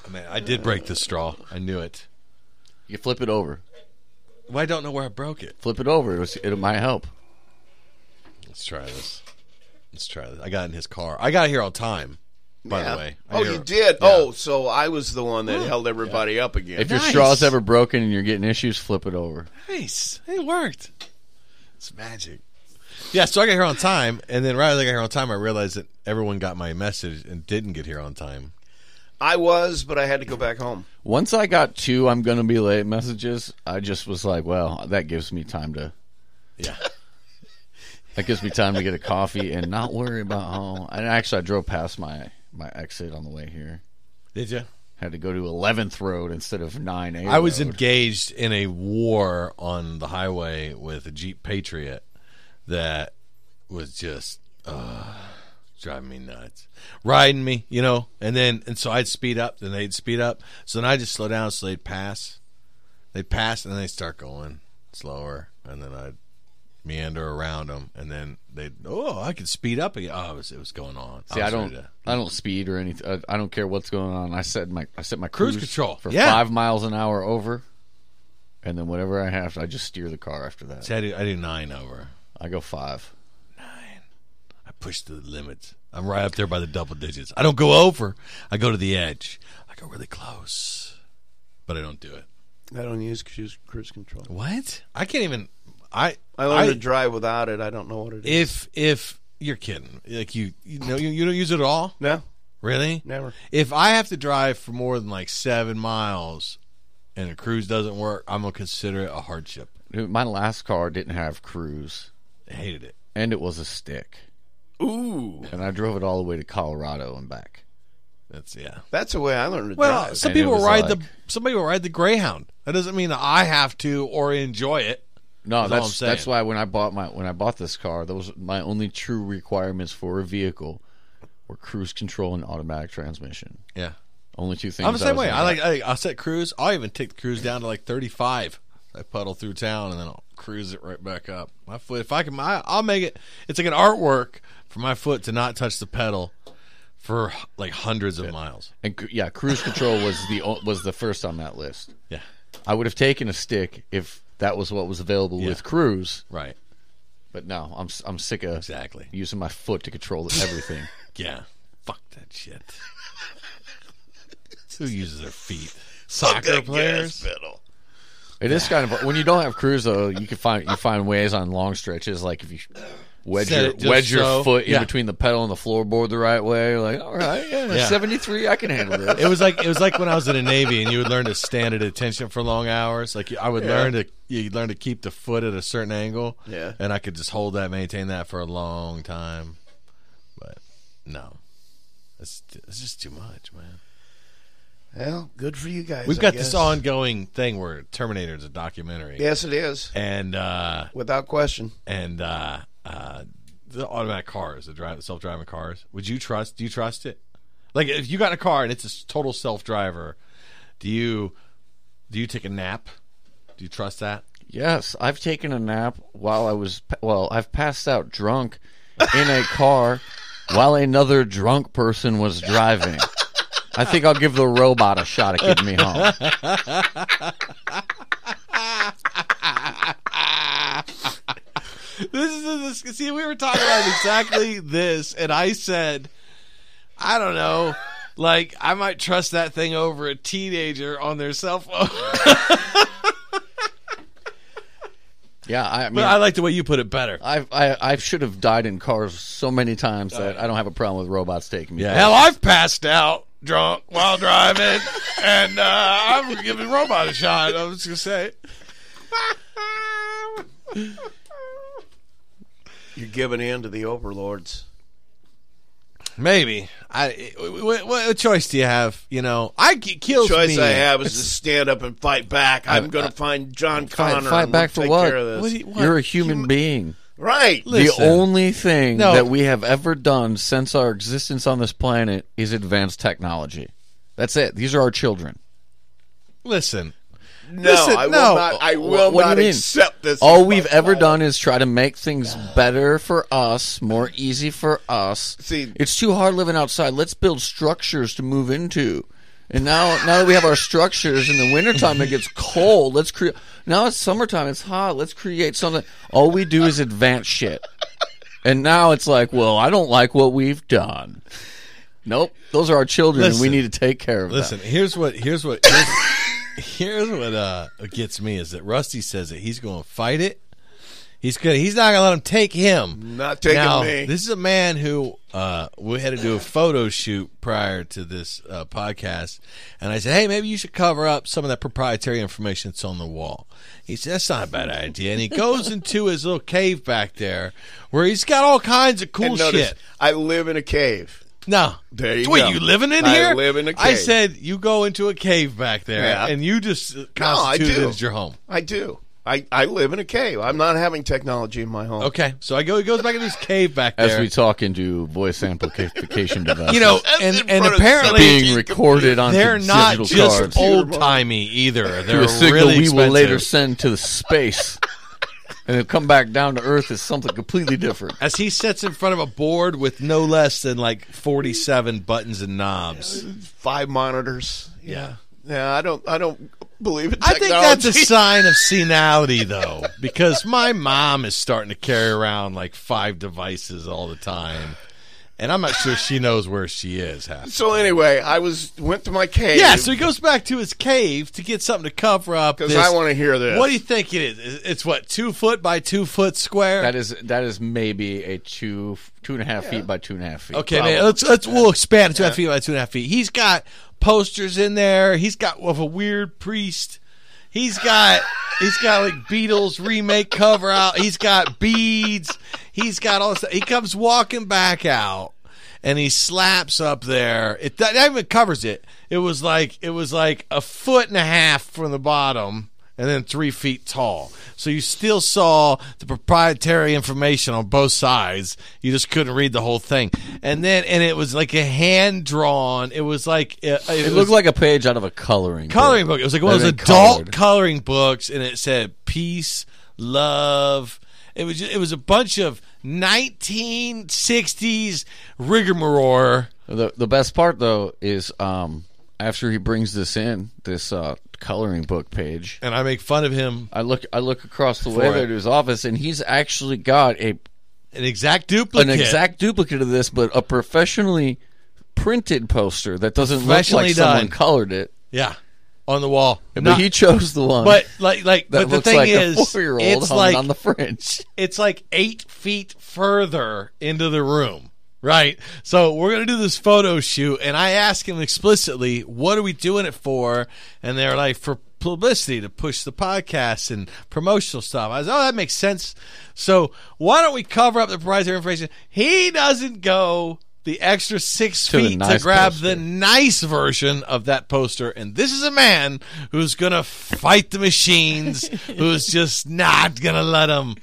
[SPEAKER 2] Man, I did break the straw. I knew it.
[SPEAKER 7] You flip it over.
[SPEAKER 2] Well, I don't know where I broke it.
[SPEAKER 7] Flip it over. It, was, it might help.
[SPEAKER 2] Let's try this. Let's try this. I got in his car. I got here on time. By
[SPEAKER 4] Yeah.
[SPEAKER 2] the way. I
[SPEAKER 4] Oh,
[SPEAKER 2] hear-
[SPEAKER 4] you did.
[SPEAKER 2] Yeah.
[SPEAKER 4] Oh, so I was the one that held everybody up again.
[SPEAKER 7] If your
[SPEAKER 2] Nice.
[SPEAKER 7] straw's ever broken and you're getting issues, flip it over.
[SPEAKER 2] Nice. It worked. It's magic. Yeah, so I got here on time, and then right as I got here on time, I realized that everyone got my message and didn't get here on time.
[SPEAKER 4] I was, but I had to go back home.
[SPEAKER 7] Once I got two I'm gonna be late messages, I just was like, well, that gives me time to
[SPEAKER 2] Yeah.
[SPEAKER 7] that gives me time to get a coffee and not worry about home. And actually I drove past my my exit on the way here.
[SPEAKER 2] Did you?
[SPEAKER 7] Had to go to 11th Road instead of 9 A.
[SPEAKER 2] I was
[SPEAKER 7] Road.
[SPEAKER 2] engaged in a war on the highway with a Jeep Patriot that was just uh, driving me nuts, riding me, you know. And then and so I'd speed up, then they'd speed up. So then I just slow down, so they'd pass, they'd pass, and then they start going slower, and then I'd meander around them, and then they'd oh I could speed up again. Oh, it was, it was going on.
[SPEAKER 7] See, I
[SPEAKER 2] was
[SPEAKER 7] don't,
[SPEAKER 2] ready to-
[SPEAKER 7] I don't speed or anything. I, I don't care what's going on. I set my, I set my
[SPEAKER 2] Cruise
[SPEAKER 7] cruise,
[SPEAKER 2] control,
[SPEAKER 7] for
[SPEAKER 2] yeah.
[SPEAKER 7] five miles an hour over, and then whatever I have, I just steer the car after that.
[SPEAKER 2] See, I do, I do nine over.
[SPEAKER 7] I go five.
[SPEAKER 2] I push the limits. I'm right up there by the double digits. I don't go over. I go to the edge. I go really close, but I don't do it.
[SPEAKER 4] I don't use cruise, cruise control.
[SPEAKER 2] What? I can't even. I.
[SPEAKER 4] I learned to drive without it. I don't know what it is.
[SPEAKER 2] if if you're kidding, like you you know you, you don't use it at all,
[SPEAKER 4] no,
[SPEAKER 2] really?
[SPEAKER 4] never.
[SPEAKER 2] If I have to drive for more than like seven miles, and a cruise doesn't work, I'm gonna consider it a hardship.
[SPEAKER 7] Dude, My last car didn't have cruise,
[SPEAKER 2] I hated it.
[SPEAKER 7] and it was a stick,
[SPEAKER 4] Ooh,
[SPEAKER 7] and I drove it all the way to Colorado and back.
[SPEAKER 2] That's yeah.
[SPEAKER 4] that's the way I learned to
[SPEAKER 2] Well,
[SPEAKER 4] drive.
[SPEAKER 2] some
[SPEAKER 7] And it
[SPEAKER 2] people
[SPEAKER 7] was
[SPEAKER 2] ride the
[SPEAKER 7] like-
[SPEAKER 2] somebody will ride the Greyhound. That doesn't mean I have to or enjoy it.
[SPEAKER 7] No,
[SPEAKER 2] all I'm
[SPEAKER 7] that's
[SPEAKER 2] saying.
[SPEAKER 7] that's why when I bought my when I bought this car, those my only true requirements for a vehicle were cruise control and automatic transmission.
[SPEAKER 2] Yeah.
[SPEAKER 7] Only two things.
[SPEAKER 2] I'm the same
[SPEAKER 7] was
[SPEAKER 2] way.
[SPEAKER 7] gonna
[SPEAKER 2] I
[SPEAKER 7] have.
[SPEAKER 2] like I, I'll set cruise. I'll even take the cruise down to like 35. I puddle through town and then I'll cruise it right back up. My foot, if I can, I, I'll make it. It's like an artwork for my foot to not touch the pedal for like hundreds of miles.
[SPEAKER 7] And cru- yeah, cruise control was the o- was the first on that list.
[SPEAKER 2] Yeah,
[SPEAKER 7] I would have taken a stick if that was what was available
[SPEAKER 2] Yeah.
[SPEAKER 7] with cruise,
[SPEAKER 2] right,
[SPEAKER 7] but no, I'm s- I'm sick of
[SPEAKER 2] exactly.
[SPEAKER 7] using my foot to control everything.
[SPEAKER 2] Yeah, fuck that shit. Who uses their feet? Soccer players.
[SPEAKER 7] it is kind of when you don't have cruise though, you can find you find ways on long stretches like if you wedge
[SPEAKER 2] Set
[SPEAKER 7] your,
[SPEAKER 2] it just
[SPEAKER 7] wedge
[SPEAKER 2] so.
[SPEAKER 7] your foot in
[SPEAKER 2] Yeah.
[SPEAKER 7] between the pedal and the floorboard the right way, like all right, yeah,
[SPEAKER 2] Yeah.
[SPEAKER 7] 73, I can handle this.
[SPEAKER 2] It was like it was like when I was in the Navy and you would learn to stand at attention for long hours. Like I would learn to you learn to keep the foot at a certain angle.
[SPEAKER 4] Yeah.
[SPEAKER 2] And I could just hold that, maintain that for a long time. But no. It's, it's just too much, man.
[SPEAKER 4] Well, good for you guys.
[SPEAKER 2] We've
[SPEAKER 4] I
[SPEAKER 2] got this
[SPEAKER 4] guess.
[SPEAKER 2] ongoing thing where Terminator is a documentary,
[SPEAKER 4] Yes, it is
[SPEAKER 2] and uh,
[SPEAKER 4] without question.
[SPEAKER 2] and uh, uh, the automatic cars, the drive, self-driving cars. Would you trust? Do you trust it? Like, if you got a car and it's a s- total self-driver, do you do you take a nap? Do you trust that?
[SPEAKER 7] Yes, I've taken a nap while I was well, I've passed out drunk in a car while another drunk person was driving. I think I'll give the robot a shot at getting me home.
[SPEAKER 2] This is this, see, we were talking about exactly this, and I said, I don't know, like I might trust that thing over a teenager on their cell phone.
[SPEAKER 7] Yeah, I mean
[SPEAKER 2] but I like the way you put it better.
[SPEAKER 7] I've, I I should have died in cars so many times
[SPEAKER 4] Uh,
[SPEAKER 7] that I don't have a problem with robots taking me.
[SPEAKER 2] Yeah.
[SPEAKER 7] places.
[SPEAKER 2] Hell, I've passed out drunk while driving, and uh, I'm giving robot a shot. I was gonna say,
[SPEAKER 4] You're giving in to the overlords.
[SPEAKER 2] maybe. I what, what choice do you have? You know, I it kills
[SPEAKER 4] Choice
[SPEAKER 2] me.
[SPEAKER 4] I have is to stand up and fight back. I'm going to find John
[SPEAKER 7] Fight,
[SPEAKER 4] Connor.
[SPEAKER 7] fight
[SPEAKER 4] and we'll
[SPEAKER 7] back for
[SPEAKER 4] take
[SPEAKER 7] what?
[SPEAKER 4] care of this.
[SPEAKER 2] What do you- what?
[SPEAKER 7] You're a human being.
[SPEAKER 4] Right.
[SPEAKER 2] Listen.
[SPEAKER 7] The only thing
[SPEAKER 2] No.
[SPEAKER 7] that we have ever done since our existence on this planet is advanced technology. That's it. These are our children.
[SPEAKER 2] Listen,
[SPEAKER 4] No,
[SPEAKER 2] Listen,
[SPEAKER 4] I will
[SPEAKER 2] no.
[SPEAKER 4] not. I
[SPEAKER 7] Wh-
[SPEAKER 4] will
[SPEAKER 7] what do
[SPEAKER 4] not
[SPEAKER 7] you mean?
[SPEAKER 4] accept this.
[SPEAKER 7] All
[SPEAKER 4] as
[SPEAKER 7] we've
[SPEAKER 4] my
[SPEAKER 7] ever
[SPEAKER 4] father.
[SPEAKER 7] done is try to make things better for us, more easy for us.
[SPEAKER 4] See-
[SPEAKER 7] it's too hard living outside. Let's build structures to move into. And now, now that we have our structures in the wintertime, it gets cold. Let's create. Now it's summertime. It's hot. Let's create something. All we do is advance shit. And now it's like, well, I don't like what we've done. Nope, those are our children, and we
[SPEAKER 2] Listen.
[SPEAKER 7] need to take care of
[SPEAKER 2] Listen,
[SPEAKER 7] them.
[SPEAKER 2] here's what here's what here's, here's what uh gets me is that Rusty says that he's going to fight it. He's gonna he's not going to let him take him.
[SPEAKER 4] Not taking
[SPEAKER 2] now,
[SPEAKER 4] me.
[SPEAKER 2] This is a man who uh we had to do a photo shoot prior to this uh, podcast and I said, "Hey, maybe you should cover up some of that proprietary information that's on the wall." He said, "That's not a bad idea." And he goes into his little cave back there where he's got all kinds of cool
[SPEAKER 4] And notice,
[SPEAKER 2] shit.
[SPEAKER 4] I live in a cave.
[SPEAKER 2] No.
[SPEAKER 4] There you
[SPEAKER 2] Wait,
[SPEAKER 4] go.
[SPEAKER 2] you living in
[SPEAKER 4] I
[SPEAKER 2] here?
[SPEAKER 4] live in a
[SPEAKER 2] I
[SPEAKER 4] cave.
[SPEAKER 2] said you go into a cave back there,
[SPEAKER 4] Yeah.
[SPEAKER 2] and you just uh,
[SPEAKER 4] No, I
[SPEAKER 2] constitute it
[SPEAKER 4] do.
[SPEAKER 2] as your home.
[SPEAKER 4] I do. I, I live in a cave. I'm not having technology in my home.
[SPEAKER 2] Okay, so I go. He goes back into his cave back there.
[SPEAKER 7] As we talk into voice amplification devices,
[SPEAKER 2] you know,
[SPEAKER 4] That's
[SPEAKER 2] and
[SPEAKER 4] in
[SPEAKER 2] and
[SPEAKER 4] front of
[SPEAKER 2] apparently
[SPEAKER 7] being recorded on
[SPEAKER 2] they're not
[SPEAKER 7] digital
[SPEAKER 2] just
[SPEAKER 7] cards.
[SPEAKER 2] old timey either. They're
[SPEAKER 7] to a signal
[SPEAKER 2] really
[SPEAKER 7] we will later
[SPEAKER 2] expensive.
[SPEAKER 7] send to the space, and it'll come back down to Earth as something completely different.
[SPEAKER 2] As he sits in front of a board with no less than like forty-seven buttons and knobs.
[SPEAKER 4] Five monitors.
[SPEAKER 2] Yeah.
[SPEAKER 4] Yeah, I don't I don't believe in
[SPEAKER 2] I
[SPEAKER 4] technology.
[SPEAKER 2] think that's a sign of senility, though, because my mom is starting to carry around like five devices all the time, and I'm not sure she knows where she is. Half.
[SPEAKER 4] So anyway, I was went to my cave.
[SPEAKER 2] yeah, so he goes back to his cave to get something to cover up.
[SPEAKER 4] because
[SPEAKER 2] this-
[SPEAKER 4] I want to hear this.
[SPEAKER 2] What do you think it is? It's- It's what two foot by two foot square.
[SPEAKER 7] That is that is maybe a two two and a half feet by two and a half feet.
[SPEAKER 2] Okay, man, let's let's we'll expand it two and a half feet by two and a half feet. He's got posters in there. He's got of a weird priest. He's got he's got like Beatles remake cover out. He's got beads. He's got all this. He comes walking back out, and he slaps up there. It that that even covers it. It was like it was like a foot and a half from the bottom. And then three feet tall, so you still saw the proprietary information on both sides. You just couldn't read the whole thing, and then and it was like a hand drawn. It was like uh, it,
[SPEAKER 7] It
[SPEAKER 2] was-
[SPEAKER 7] looked like a page out of a coloring
[SPEAKER 2] coloring book. It was like one of
[SPEAKER 7] They've
[SPEAKER 2] those
[SPEAKER 7] been
[SPEAKER 2] adult
[SPEAKER 7] colored.
[SPEAKER 2] coloring books, and it said peace, love. It was ju- it was a bunch of 1960s rigmarole.
[SPEAKER 7] The the best part though is um after he brings this in this uh coloring book page.
[SPEAKER 2] And I make fun of him,
[SPEAKER 7] I look I look across the
[SPEAKER 2] For
[SPEAKER 7] way
[SPEAKER 2] it.
[SPEAKER 7] there to his office, and he's actually got a
[SPEAKER 2] an exact duplicate,
[SPEAKER 7] an exact duplicate of this, but a professionally printed poster that doesn't look
[SPEAKER 2] Professionally
[SPEAKER 7] like
[SPEAKER 2] done.
[SPEAKER 7] someone colored it.
[SPEAKER 2] yeah, on the wall.
[SPEAKER 7] But
[SPEAKER 2] Not-
[SPEAKER 7] he chose the one.
[SPEAKER 2] but like like
[SPEAKER 7] that
[SPEAKER 2] but the
[SPEAKER 7] looks
[SPEAKER 2] thing
[SPEAKER 7] like a
[SPEAKER 2] is,
[SPEAKER 7] four-year-old
[SPEAKER 2] it's
[SPEAKER 7] hung
[SPEAKER 2] like
[SPEAKER 7] on the fridge.
[SPEAKER 2] it's like eight feet further into the room. Right. So we're going to do this photo shoot. And I ask him explicitly, what are we doing it for? And they're like, for publicity to push the podcast and promotional stuff. I was, oh, that makes sense. So why don't we cover up the proprietary information? He doesn't go the extra six
[SPEAKER 7] To the
[SPEAKER 2] feet to
[SPEAKER 7] nice
[SPEAKER 2] grab the
[SPEAKER 7] poster.
[SPEAKER 2] nice version of that poster. And this is a man who's going to fight the machines, who's just not going to let them.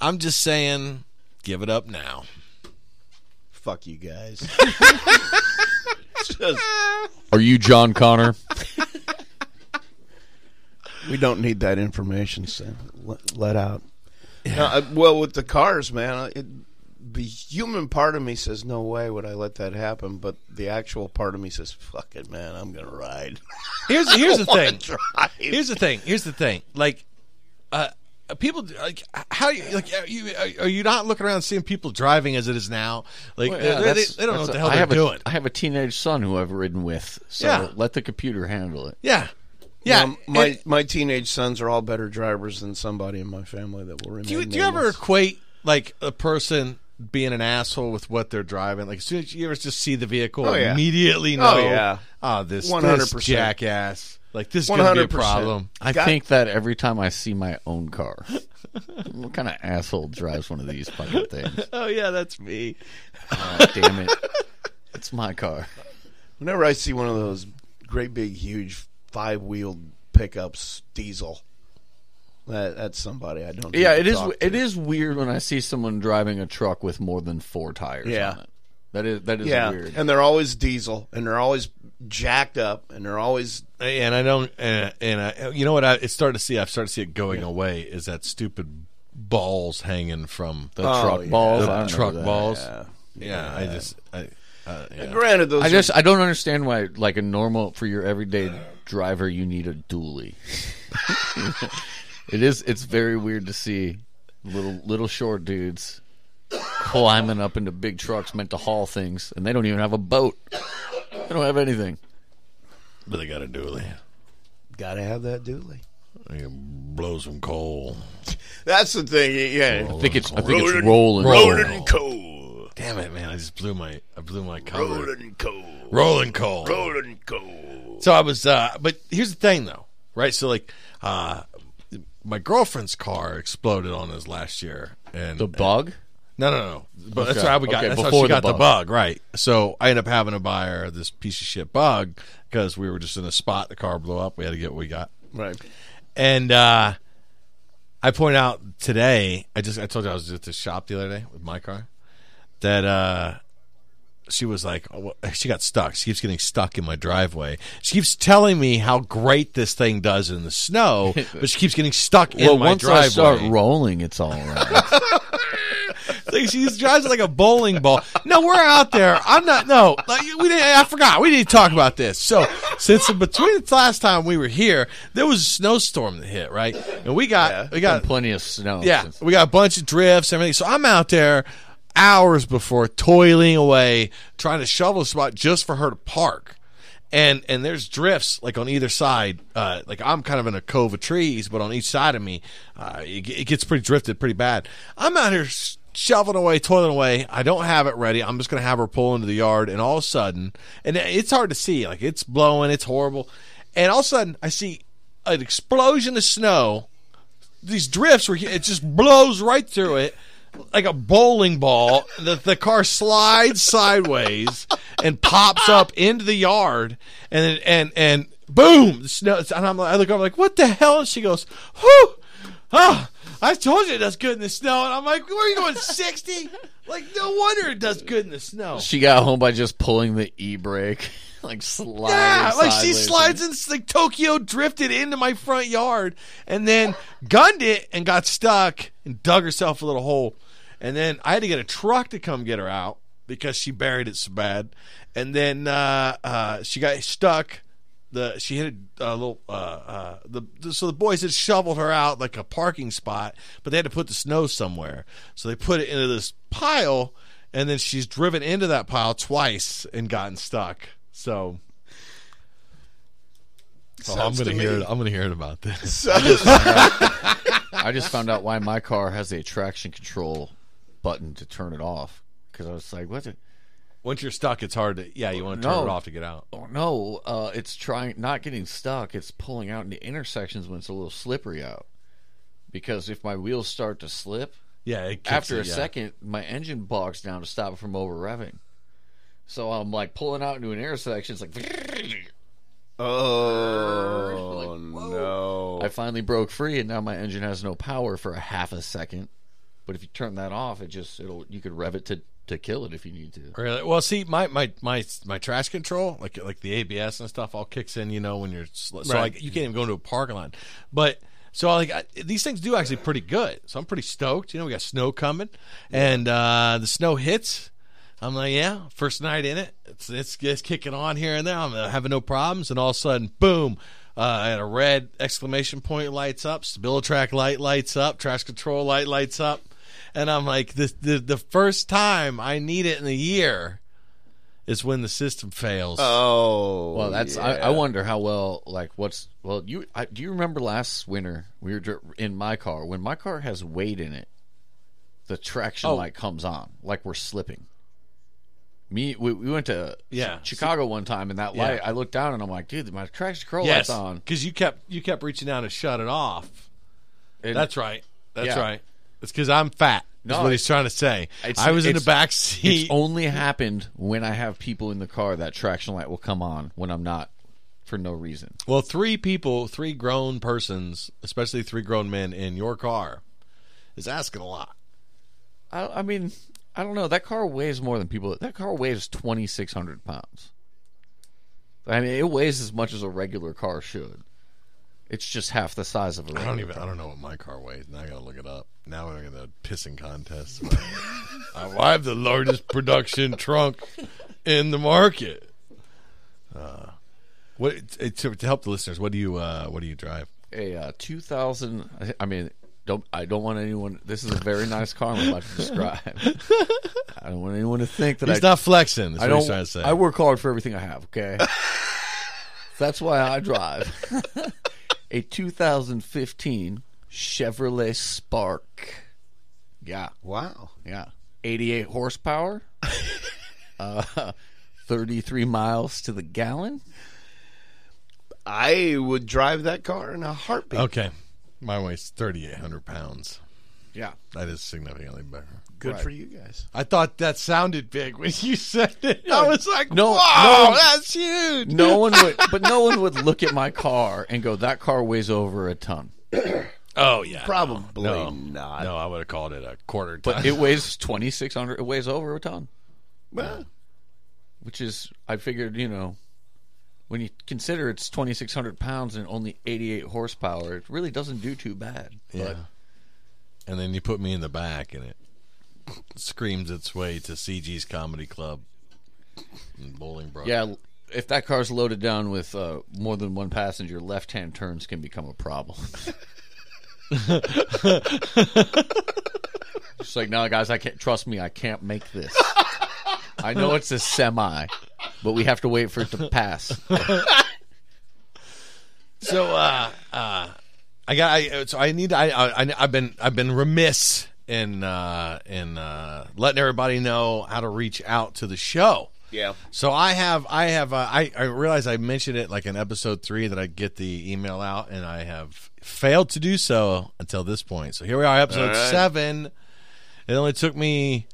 [SPEAKER 2] I'm just saying, give it up now.
[SPEAKER 4] Fuck you guys. Just-
[SPEAKER 7] Are you John Connor?
[SPEAKER 4] we don't need that information so let, let out. No, I- well, with the cars, man, uh, it, the human part of me says, no way would I let that happen. But the actual part of me says, fuck it, man, I'm going to ride.
[SPEAKER 2] Here's, here's the
[SPEAKER 4] Wanna
[SPEAKER 2] thing.
[SPEAKER 4] drive.
[SPEAKER 2] Here's the thing. Here's the thing. Like, uh, people like how you like are you are you not looking around and seeing people driving as it is now? Like
[SPEAKER 7] Well,
[SPEAKER 2] they-
[SPEAKER 7] yeah,
[SPEAKER 2] they, they,
[SPEAKER 7] that's-
[SPEAKER 2] they don't know
[SPEAKER 7] that's-
[SPEAKER 2] what the hell
[SPEAKER 7] I
[SPEAKER 2] they're
[SPEAKER 7] have a-
[SPEAKER 2] doing.
[SPEAKER 7] I have a teenage son who I've ridden with, so
[SPEAKER 2] Yeah.
[SPEAKER 7] let the computer handle it.
[SPEAKER 2] yeah, yeah.
[SPEAKER 4] Now, my
[SPEAKER 2] and-
[SPEAKER 4] my teenage sons are all better drivers than somebody in my family that will remain.
[SPEAKER 2] do you, do you ever
[SPEAKER 4] nameless.
[SPEAKER 2] equate like a person being an asshole with what they're driving? Like, as soon as you ever just see the vehicle,
[SPEAKER 4] Oh, yeah.
[SPEAKER 2] immediately know,
[SPEAKER 4] Oh, yeah.
[SPEAKER 2] oh, this, this
[SPEAKER 4] 100%.
[SPEAKER 2] jackass. Like this is gonna be a
[SPEAKER 4] 100%.
[SPEAKER 2] problem.
[SPEAKER 7] I
[SPEAKER 4] Got-
[SPEAKER 7] think that every time I see my own car. what kind of asshole drives one of these fucking things?
[SPEAKER 2] Oh yeah, that's me.
[SPEAKER 7] God damn it. It's my car.
[SPEAKER 4] Whenever I see one of those great big huge five wheeled pickups diesel, that that's somebody I don't.
[SPEAKER 7] Yeah,
[SPEAKER 4] need
[SPEAKER 7] it
[SPEAKER 4] to
[SPEAKER 7] is
[SPEAKER 4] talk to.
[SPEAKER 7] it is weird when I see someone driving a truck with more than 4 tires
[SPEAKER 4] Yeah.
[SPEAKER 7] on it. That is that is
[SPEAKER 4] Yeah,
[SPEAKER 7] weird.
[SPEAKER 4] and they're always diesel, and they're always jacked up, and they're always
[SPEAKER 2] and I don't, and, and I, you know what? I it's starting to see. I've started to see it going away. Is that stupid balls hanging from the
[SPEAKER 4] Oh,
[SPEAKER 7] truck
[SPEAKER 4] yeah.
[SPEAKER 7] balls,
[SPEAKER 2] the
[SPEAKER 7] I don't know
[SPEAKER 2] truck
[SPEAKER 7] that.
[SPEAKER 2] balls? Yeah, I just, I, uh, yeah.
[SPEAKER 4] granted those.
[SPEAKER 7] I
[SPEAKER 4] are-
[SPEAKER 7] just I don't understand why like a normal for your everyday driver you need a dually. it is it's very weird to see little little short dudes climbing up into big trucks meant to haul things and they don't even have a boat. They don't have anything.
[SPEAKER 2] but they got a dually.
[SPEAKER 4] gotta have that dually.
[SPEAKER 2] They can blow some coal.
[SPEAKER 4] That's the thing. Yeah,
[SPEAKER 7] I think it's I think it's rolling.
[SPEAKER 2] Rolling coal. Damn it, man! I just blew my, I blew my cover. Rolling coal. Rolling coal. Rolling coal. So I was, uh, but here's the thing, though, right? So like, uh, my girlfriend's car exploded on us last year, and
[SPEAKER 7] The bug?
[SPEAKER 2] No, no, no. But that's
[SPEAKER 7] Okay.
[SPEAKER 2] how we got.
[SPEAKER 7] Okay,
[SPEAKER 2] that's how
[SPEAKER 7] before
[SPEAKER 2] she
[SPEAKER 7] the
[SPEAKER 2] got the
[SPEAKER 7] bug.
[SPEAKER 2] bug, right? So I ended up having to buy her this piece of shit bug because we were just in a spot. The car blew up. We had to get what we got.
[SPEAKER 4] right.
[SPEAKER 2] And uh, I point out today. I just I told you I was at the shop the other day with my car. That uh, she was like, oh, well, she got stuck. She keeps getting stuck in my driveway. She keeps telling me how great this thing does in the snow, but she keeps getting stuck in
[SPEAKER 7] Well,
[SPEAKER 2] my
[SPEAKER 7] once
[SPEAKER 2] driveway.
[SPEAKER 7] I start rolling, it's all right.
[SPEAKER 2] Like she just drives like a bowling ball. No, we're out there. I'm not. No, like, we didn't. I forgot. We didn't talk about this. So since between the last time we were here, there was a snowstorm that hit right, and we got we got
[SPEAKER 7] plenty of snow.
[SPEAKER 2] yeah,
[SPEAKER 7] since-
[SPEAKER 2] we got a bunch of drifts, everything. So I'm out there hours before toiling away, trying to shovel a spot just for her to park. And and there's drifts like on either side. Uh, like I'm kind of in a cove of trees, but on each side of me, uh, it, g- it gets pretty drifted, pretty bad. I'm out here s- shoveling away, toiling away. I don't have it ready. I'm just gonna have her pull into the yard, and all of a sudden, and it's hard to see. Like it's blowing, it's horrible. And all of a sudden, I see an explosion of snow these drifts were it just blows right through it like a bowling ball the, the car slides sideways and pops up into the yard and and and boom the snow and I'm like, I look over like what the hell and she goes whew oh, I told you it does good in the snow and I'm like where are you going 60 like no wonder it does good in the snow
[SPEAKER 7] She got home by just pulling the e brake, like sliding.
[SPEAKER 2] yeah, like she
[SPEAKER 7] sideways.
[SPEAKER 2] slides in like Tokyo drifted into my front yard and then gunned it and got stuck and dug herself a little hole. And then I had to get a truck to come get her out because she buried it so bad. And then uh, uh, she got stuck. The she hit a, a little uh, uh, the, the so the boys had shoveled her out like a parking spot, but they had to put the snow somewhere. So they put it into this pile, and then she's driven into that pile twice and gotten stuck. So Oh, I'm
[SPEAKER 4] Sounds
[SPEAKER 2] gonna
[SPEAKER 4] to
[SPEAKER 2] hear
[SPEAKER 4] me-
[SPEAKER 2] it. I'm gonna hear it about this.
[SPEAKER 7] I just found out why my car has a traction control button to turn it off because I was like, "What? The?
[SPEAKER 2] Once you're stuck, it's hard to. Yeah, you want to turn
[SPEAKER 7] No.
[SPEAKER 2] it off to get out.
[SPEAKER 7] Oh no! Uh, it's trying not getting stuck. It's pulling out into intersections when it's a little slippery out because if my wheels start to slip
[SPEAKER 2] Yeah, it kicks
[SPEAKER 7] after
[SPEAKER 2] it,
[SPEAKER 7] a
[SPEAKER 2] yeah.
[SPEAKER 7] second, my engine bogs down to stop it from over revving. So I'm like pulling out into an intersection. It's like
[SPEAKER 4] Oh no!
[SPEAKER 7] I finally broke free, and now my engine has no power for a half a second. But if you turn that off, it just it'll you could rev it to to kill it if you need to.
[SPEAKER 2] Really? Well, see, my my my my trash control, like like the ABS and stuff, all kicks in. You know, when you're sl- so
[SPEAKER 4] Right.
[SPEAKER 2] like you can't even go into a parking lot. But so like I, these things do actually pretty good. So I'm pretty stoked. You know, we got snow coming, and uh, the snow hits. I'm like, yeah, first night in it. It's it's, it's kicking on here and there. I'm uh, having no problems, and all of a sudden, boom. Uh, and a red exclamation point lights up, Stabilitrack light lights up, trash control light lights up, and I'm like, this the, the first time I need it in a year is when the system fails.
[SPEAKER 4] oh,
[SPEAKER 7] Well, that's I, I wonder how well like what's well you I, do you remember last winter we were dri- in my car when my car has weight in it, the traction
[SPEAKER 2] Oh.
[SPEAKER 7] light comes on like we're slipping. Me we, we went to
[SPEAKER 2] Yeah.
[SPEAKER 7] Chicago one time and that
[SPEAKER 2] Yeah.
[SPEAKER 7] light I looked down and I'm like dude my traction control
[SPEAKER 2] yes,
[SPEAKER 7] light's on
[SPEAKER 2] because you kept you kept reaching down to shut it off.
[SPEAKER 7] And-
[SPEAKER 2] That's right. That's
[SPEAKER 7] Yeah.
[SPEAKER 2] right. It's because I'm fat. Is
[SPEAKER 7] No,
[SPEAKER 2] what
[SPEAKER 7] it's-
[SPEAKER 2] he's trying to say.
[SPEAKER 7] it's-
[SPEAKER 2] I was in the
[SPEAKER 7] it's-
[SPEAKER 2] back
[SPEAKER 7] It's
[SPEAKER 2] seat.
[SPEAKER 7] only happened when I have people in the car that traction light will come on when I'm not for no reason.
[SPEAKER 2] Well, three people, three grown persons, especially three grown men in your car, is asking a lot.
[SPEAKER 7] I, I mean, I don't know. That car weighs more than people. That car weighs 2,600 pounds. I mean, it weighs as much as a regular car should. It's just half the size of a
[SPEAKER 2] I
[SPEAKER 7] regular
[SPEAKER 2] don't even.
[SPEAKER 7] car.
[SPEAKER 2] I don't know what my car weighs. Now I gotta look it up. Now we're in the pissing contest. I I have the largest production trunk in the market. Uh, what it, to, to help the listeners? What do you? Uh, what do you drive?
[SPEAKER 7] A uh, 2000. I- I mean, don't I don't want anyone. This is a very nice car I'm about to describe. I don't want anyone to think that
[SPEAKER 2] He's
[SPEAKER 7] I
[SPEAKER 2] not flexing. Is
[SPEAKER 7] I
[SPEAKER 2] what
[SPEAKER 7] don't.
[SPEAKER 2] he's trying to say.
[SPEAKER 7] I work hard for everything I have. Okay, that's why I drive a 2015 Chevrolet Spark. Yeah,
[SPEAKER 4] wow.
[SPEAKER 7] yeah, 88 horsepower, uh, 33 miles to the gallon.
[SPEAKER 4] I would drive that car in a heartbeat.
[SPEAKER 7] Oh,
[SPEAKER 2] okay, my weight's thirty eight hundred pounds.
[SPEAKER 7] Yeah,
[SPEAKER 2] That is significantly better.
[SPEAKER 4] Good for you guys.
[SPEAKER 2] I thought that sounded big when you said it. I was like,
[SPEAKER 7] No,
[SPEAKER 2] no,
[SPEAKER 7] no
[SPEAKER 2] wow,
[SPEAKER 7] one-
[SPEAKER 2] that's huge.
[SPEAKER 7] no one would, but no one would look at my car and go, "That car weighs over a ton."
[SPEAKER 2] Oh yeah,
[SPEAKER 4] Probably
[SPEAKER 2] no,
[SPEAKER 4] not.
[SPEAKER 2] No, I would have called it a quarter ton.
[SPEAKER 7] But it weighs 2,600. It weighs over a ton.
[SPEAKER 4] Well,
[SPEAKER 7] which is I figured you know when you consider it's 2600 pounds and only 88 horsepower it really doesn't do too bad
[SPEAKER 2] Yeah. and then you put me in the back, and it screams its way to CG's Comedy Club in Bolingbrook.
[SPEAKER 7] but yeah if that car's loaded down with uh, more than one passenger left hand turns can become a problem just like no guys I can't trust me I can't make this I know it's a semi but we have to wait for it to pass
[SPEAKER 2] So, uh, uh, I got. I, so I need. I, I. I've been. I've been remiss in uh, in uh, letting everybody know how to reach out to the show.
[SPEAKER 4] yeah.
[SPEAKER 2] So I have, I have, uh, I, I realize I mentioned it like in episode three that I get the email out, and I have failed to do so until this point. So here we are, episode seven. It only took me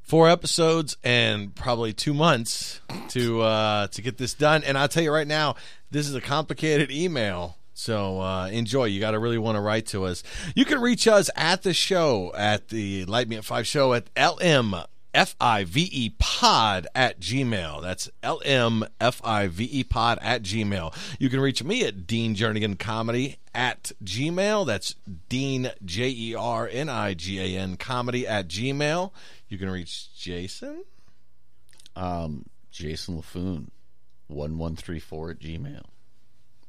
[SPEAKER 2] four episodes and probably two months to uh, to get this done. And I'll tell you right now, this is a complicated email. So uh, enjoy. You got to really want to write to us. You can reach us at the show at the Light Me at Five show at lm f i v e pod at gmail. That's lmfive E pod at gmail. You can reach me at Dean Jernigan Comedy at gmail. That's Dean J E R N I G A N Comedy at gmail. You can reach Jason.
[SPEAKER 7] um, Jason LaFoon 1134 at gmail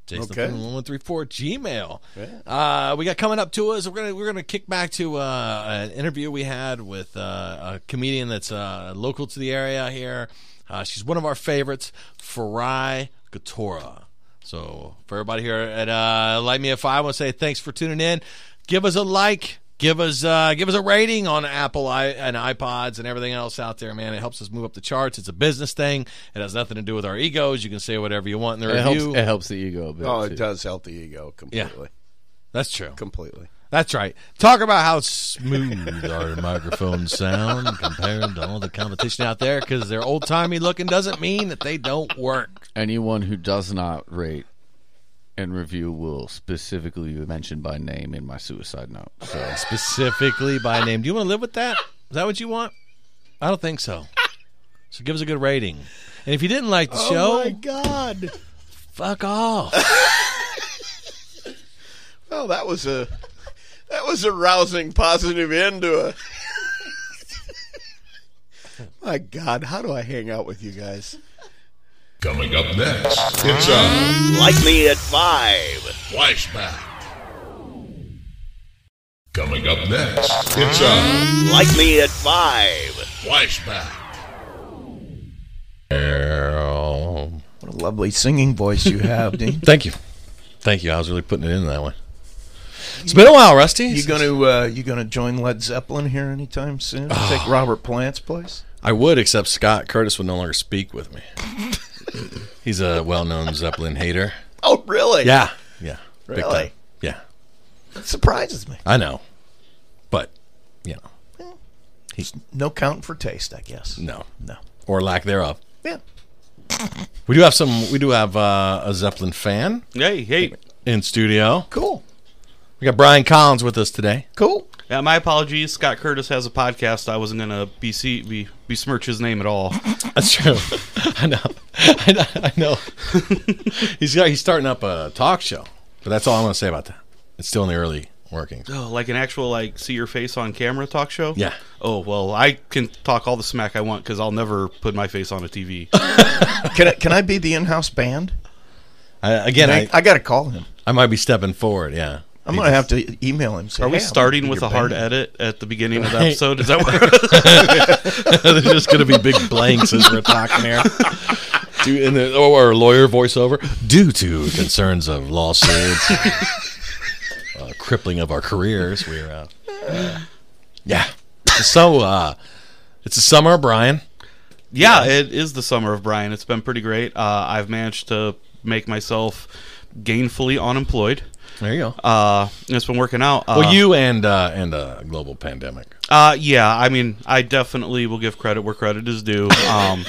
[SPEAKER 2] Jason
[SPEAKER 4] Okay.
[SPEAKER 2] one one three four Gmail. Uh, we got coming up to us. We're gonna we're gonna kick back to uh, an interview we had with uh, a comedian that's uh, local to the area here. Uh, she's one of our favorites, Farai Gatora. So for everybody here at uh, Light Me If I want to say thanks for tuning in. Give us a like. Give us uh, give us a rating on Apple i- and iPods and everything else out there, man. It helps us move up the charts. It's a business thing. It has nothing to do with our egos. You can say whatever you want in the
[SPEAKER 7] it helps,
[SPEAKER 2] review.
[SPEAKER 7] it helps the ego a bit
[SPEAKER 4] Oh,
[SPEAKER 7] too.
[SPEAKER 4] it does help the ego completely.
[SPEAKER 2] That's true.
[SPEAKER 4] Completely.
[SPEAKER 2] That's right. Talk about how smooth our microphones sound compared to all the competition out there because they're old timey looking doesn't mean that they don't work.
[SPEAKER 7] Anyone who does not rate and review will specifically be mentioned by name in my suicide note. So
[SPEAKER 2] Specifically by name. Do you want to live with that? Is that what you want? I don't think so. So give us a good rating. And if you didn't like the
[SPEAKER 4] Oh
[SPEAKER 2] show,
[SPEAKER 4] God.
[SPEAKER 2] fuck off.
[SPEAKER 4] Well, Oh, that was a that was a rousing positive end to a. My God, how do I hang out with you guys?
[SPEAKER 6] Coming up next, it's a
[SPEAKER 4] Like me at five.
[SPEAKER 6] flashback. Coming up next, it's uh, a
[SPEAKER 4] Like me at five.
[SPEAKER 6] flashback.
[SPEAKER 4] What a lovely singing voice you have, Dean.
[SPEAKER 2] Thank you. Thank you. I was really putting it in that one. It's been a while, Rusty.
[SPEAKER 4] You gonna uh, you gonna join Led Zeppelin here anytime soon? Take Robert Plant's place?
[SPEAKER 2] I would, except Scott Curtis would no longer speak with me. He's a well-known Zeppelin hater.
[SPEAKER 4] Oh, really?
[SPEAKER 2] Yeah, yeah, big
[SPEAKER 4] Really?
[SPEAKER 2] time. Yeah,
[SPEAKER 4] That surprises me.
[SPEAKER 2] I know, but you know,
[SPEAKER 4] No count for taste, I guess.
[SPEAKER 2] no,
[SPEAKER 4] No.
[SPEAKER 2] or lack thereof.
[SPEAKER 4] Yeah.
[SPEAKER 2] We do have some. We do have uh, a Zeppelin fan
[SPEAKER 8] Hey, hey.
[SPEAKER 2] in studio.
[SPEAKER 4] Cool.
[SPEAKER 2] We got Brian Collins with us today.
[SPEAKER 4] Cool.
[SPEAKER 8] Yeah, my apologies. Scott Curtis has a podcast. I wasn't gonna bese- be besmirch his name at all.
[SPEAKER 2] That's true. I know. I know. I know. he's got, he's starting up a talk show, but that's all I'm going to say about that. It's still in the early workings.
[SPEAKER 8] Oh, like an actual like see your face on camera talk show.
[SPEAKER 2] Yeah.
[SPEAKER 8] Oh well, I can talk all the smack I want because I'll never put my face on a TV.
[SPEAKER 4] Can I, can I be the in-house band?
[SPEAKER 2] I, again,
[SPEAKER 4] I,
[SPEAKER 2] I,
[SPEAKER 4] I got to call him.
[SPEAKER 2] I might be stepping forward. Yeah.
[SPEAKER 4] I'm gonna have to email him. Say,
[SPEAKER 8] Are we
[SPEAKER 4] "Hey, I'm
[SPEAKER 8] starting
[SPEAKER 4] gonna be
[SPEAKER 8] with
[SPEAKER 4] your
[SPEAKER 8] a hard
[SPEAKER 4] band."
[SPEAKER 8] edit at the beginning of the
[SPEAKER 2] Right.
[SPEAKER 8] episode? Is that what?
[SPEAKER 2] There's just going to be big blanks as we're talking here. Due, in the, oh, or lawyer voiceover. Due to concerns of lawsuits, uh, crippling of our careers, we're. Uh, yeah. So uh, it's the summer, Brian.
[SPEAKER 8] yeah, it is the summer of Brian. It's been pretty great. Uh, I've managed to make myself gainfully unemployed.
[SPEAKER 2] There you go.
[SPEAKER 8] Uh, and it's been working out. Uh,
[SPEAKER 2] Well, you and uh, and a global pandemic.
[SPEAKER 8] Uh, yeah, I mean, I definitely will give credit where credit is due. Um,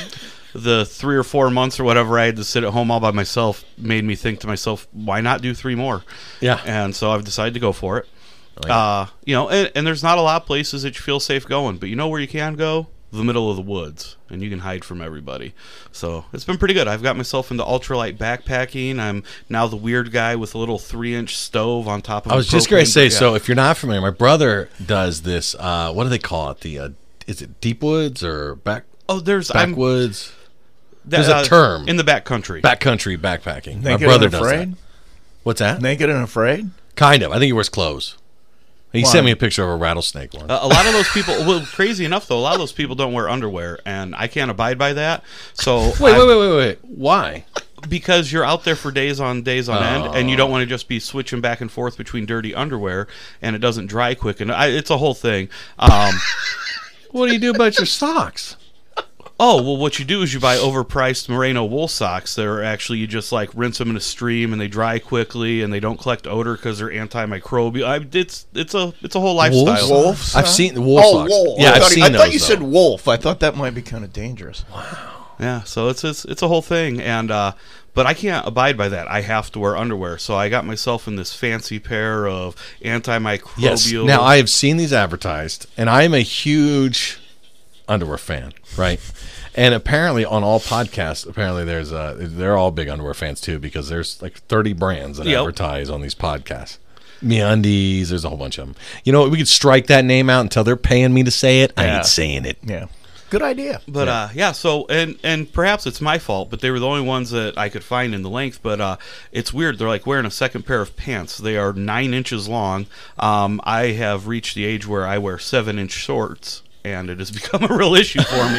[SPEAKER 8] the three or four months or whatever I had to sit at home all by myself made me think to myself, why not do three more?
[SPEAKER 2] Yeah.
[SPEAKER 8] And so I've decided to go for it. Uh, you know, and, and there's not a lot of places that you feel safe going, but you know where you can go? The middle of the woods, and you can hide from everybody. So it's been pretty good. I've got myself into ultralight backpacking. I'm now the weird guy with a little three inch stove on top of
[SPEAKER 2] I
[SPEAKER 8] a
[SPEAKER 2] was just going
[SPEAKER 8] propane-
[SPEAKER 2] to say.
[SPEAKER 8] yeah.
[SPEAKER 2] So, if you're not familiar, my brother does this. Uh, what do they call it? The uh, is it deep woods or back
[SPEAKER 8] Oh, there's I'm
[SPEAKER 2] backwoods?
[SPEAKER 8] Th-
[SPEAKER 2] There's a term.
[SPEAKER 8] in the back country.
[SPEAKER 2] Backcountry backpacking.
[SPEAKER 4] Naked
[SPEAKER 2] my brother
[SPEAKER 4] and
[SPEAKER 2] does
[SPEAKER 4] afraid.
[SPEAKER 2] that. What's that?
[SPEAKER 4] Naked and afraid.
[SPEAKER 2] kind of. I think he wears clothes. He
[SPEAKER 4] Why?
[SPEAKER 2] sent me a picture of a rattlesnake one.
[SPEAKER 8] Uh, a lot of those people. Well, crazy enough though, a lot of those people don't wear underwear, and I can't abide by that. So
[SPEAKER 2] wait,
[SPEAKER 8] I-
[SPEAKER 2] wait, wait, wait, wait. Why?
[SPEAKER 8] because you're out there for days on days on end, and you
[SPEAKER 2] Oh.
[SPEAKER 8] don't want to just be switching back and forth between dirty underwear, and it doesn't dry quick, and I, it's a whole thing. Um,
[SPEAKER 2] What do you do about your socks?
[SPEAKER 8] oh well, what you do is you buy overpriced merino wool socks that are actually you just like rinse them in a stream, and they dry quickly, and they don't collect odor because they're antimicrobial. I, it's it's a it's a whole lifestyle.
[SPEAKER 4] Wolf.
[SPEAKER 2] I've
[SPEAKER 4] socks? Oh,
[SPEAKER 2] seen the wolf socks.
[SPEAKER 4] wolf.
[SPEAKER 2] Yeah,
[SPEAKER 4] I
[SPEAKER 2] I've
[SPEAKER 4] thought,
[SPEAKER 2] seen
[SPEAKER 4] I
[SPEAKER 2] those.
[SPEAKER 4] thought you
[SPEAKER 2] though.
[SPEAKER 4] said wolf. I thought that might be kind of dangerous.
[SPEAKER 8] Yeah, so it's it's it's a whole thing, and uh, but I can't abide by that. I have to wear underwear, so I got myself in this fancy pair of antimicrobial.
[SPEAKER 2] Yes. Now I have seen these advertised, and I'm a huge underwear fan, right? And apparently, on all podcasts, apparently there's uh they're all big underwear fans too because there's like 30 brands that
[SPEAKER 8] Yep.
[SPEAKER 2] advertise on these podcasts. MeUndies, there's a whole bunch of them. You know, what? we could strike that name out until they're paying me to say it. I
[SPEAKER 4] Yeah.
[SPEAKER 2] ain't saying it.
[SPEAKER 4] Yeah. Good idea.
[SPEAKER 8] but uh, yeah, so and and perhaps it's my fault, but they were the only ones that I could find in the length. But uh, it's weird; they're like wearing a second pair of pants. They are nine inches long. Um, I have reached the age where I wear seven inch shorts, and it has become a real issue for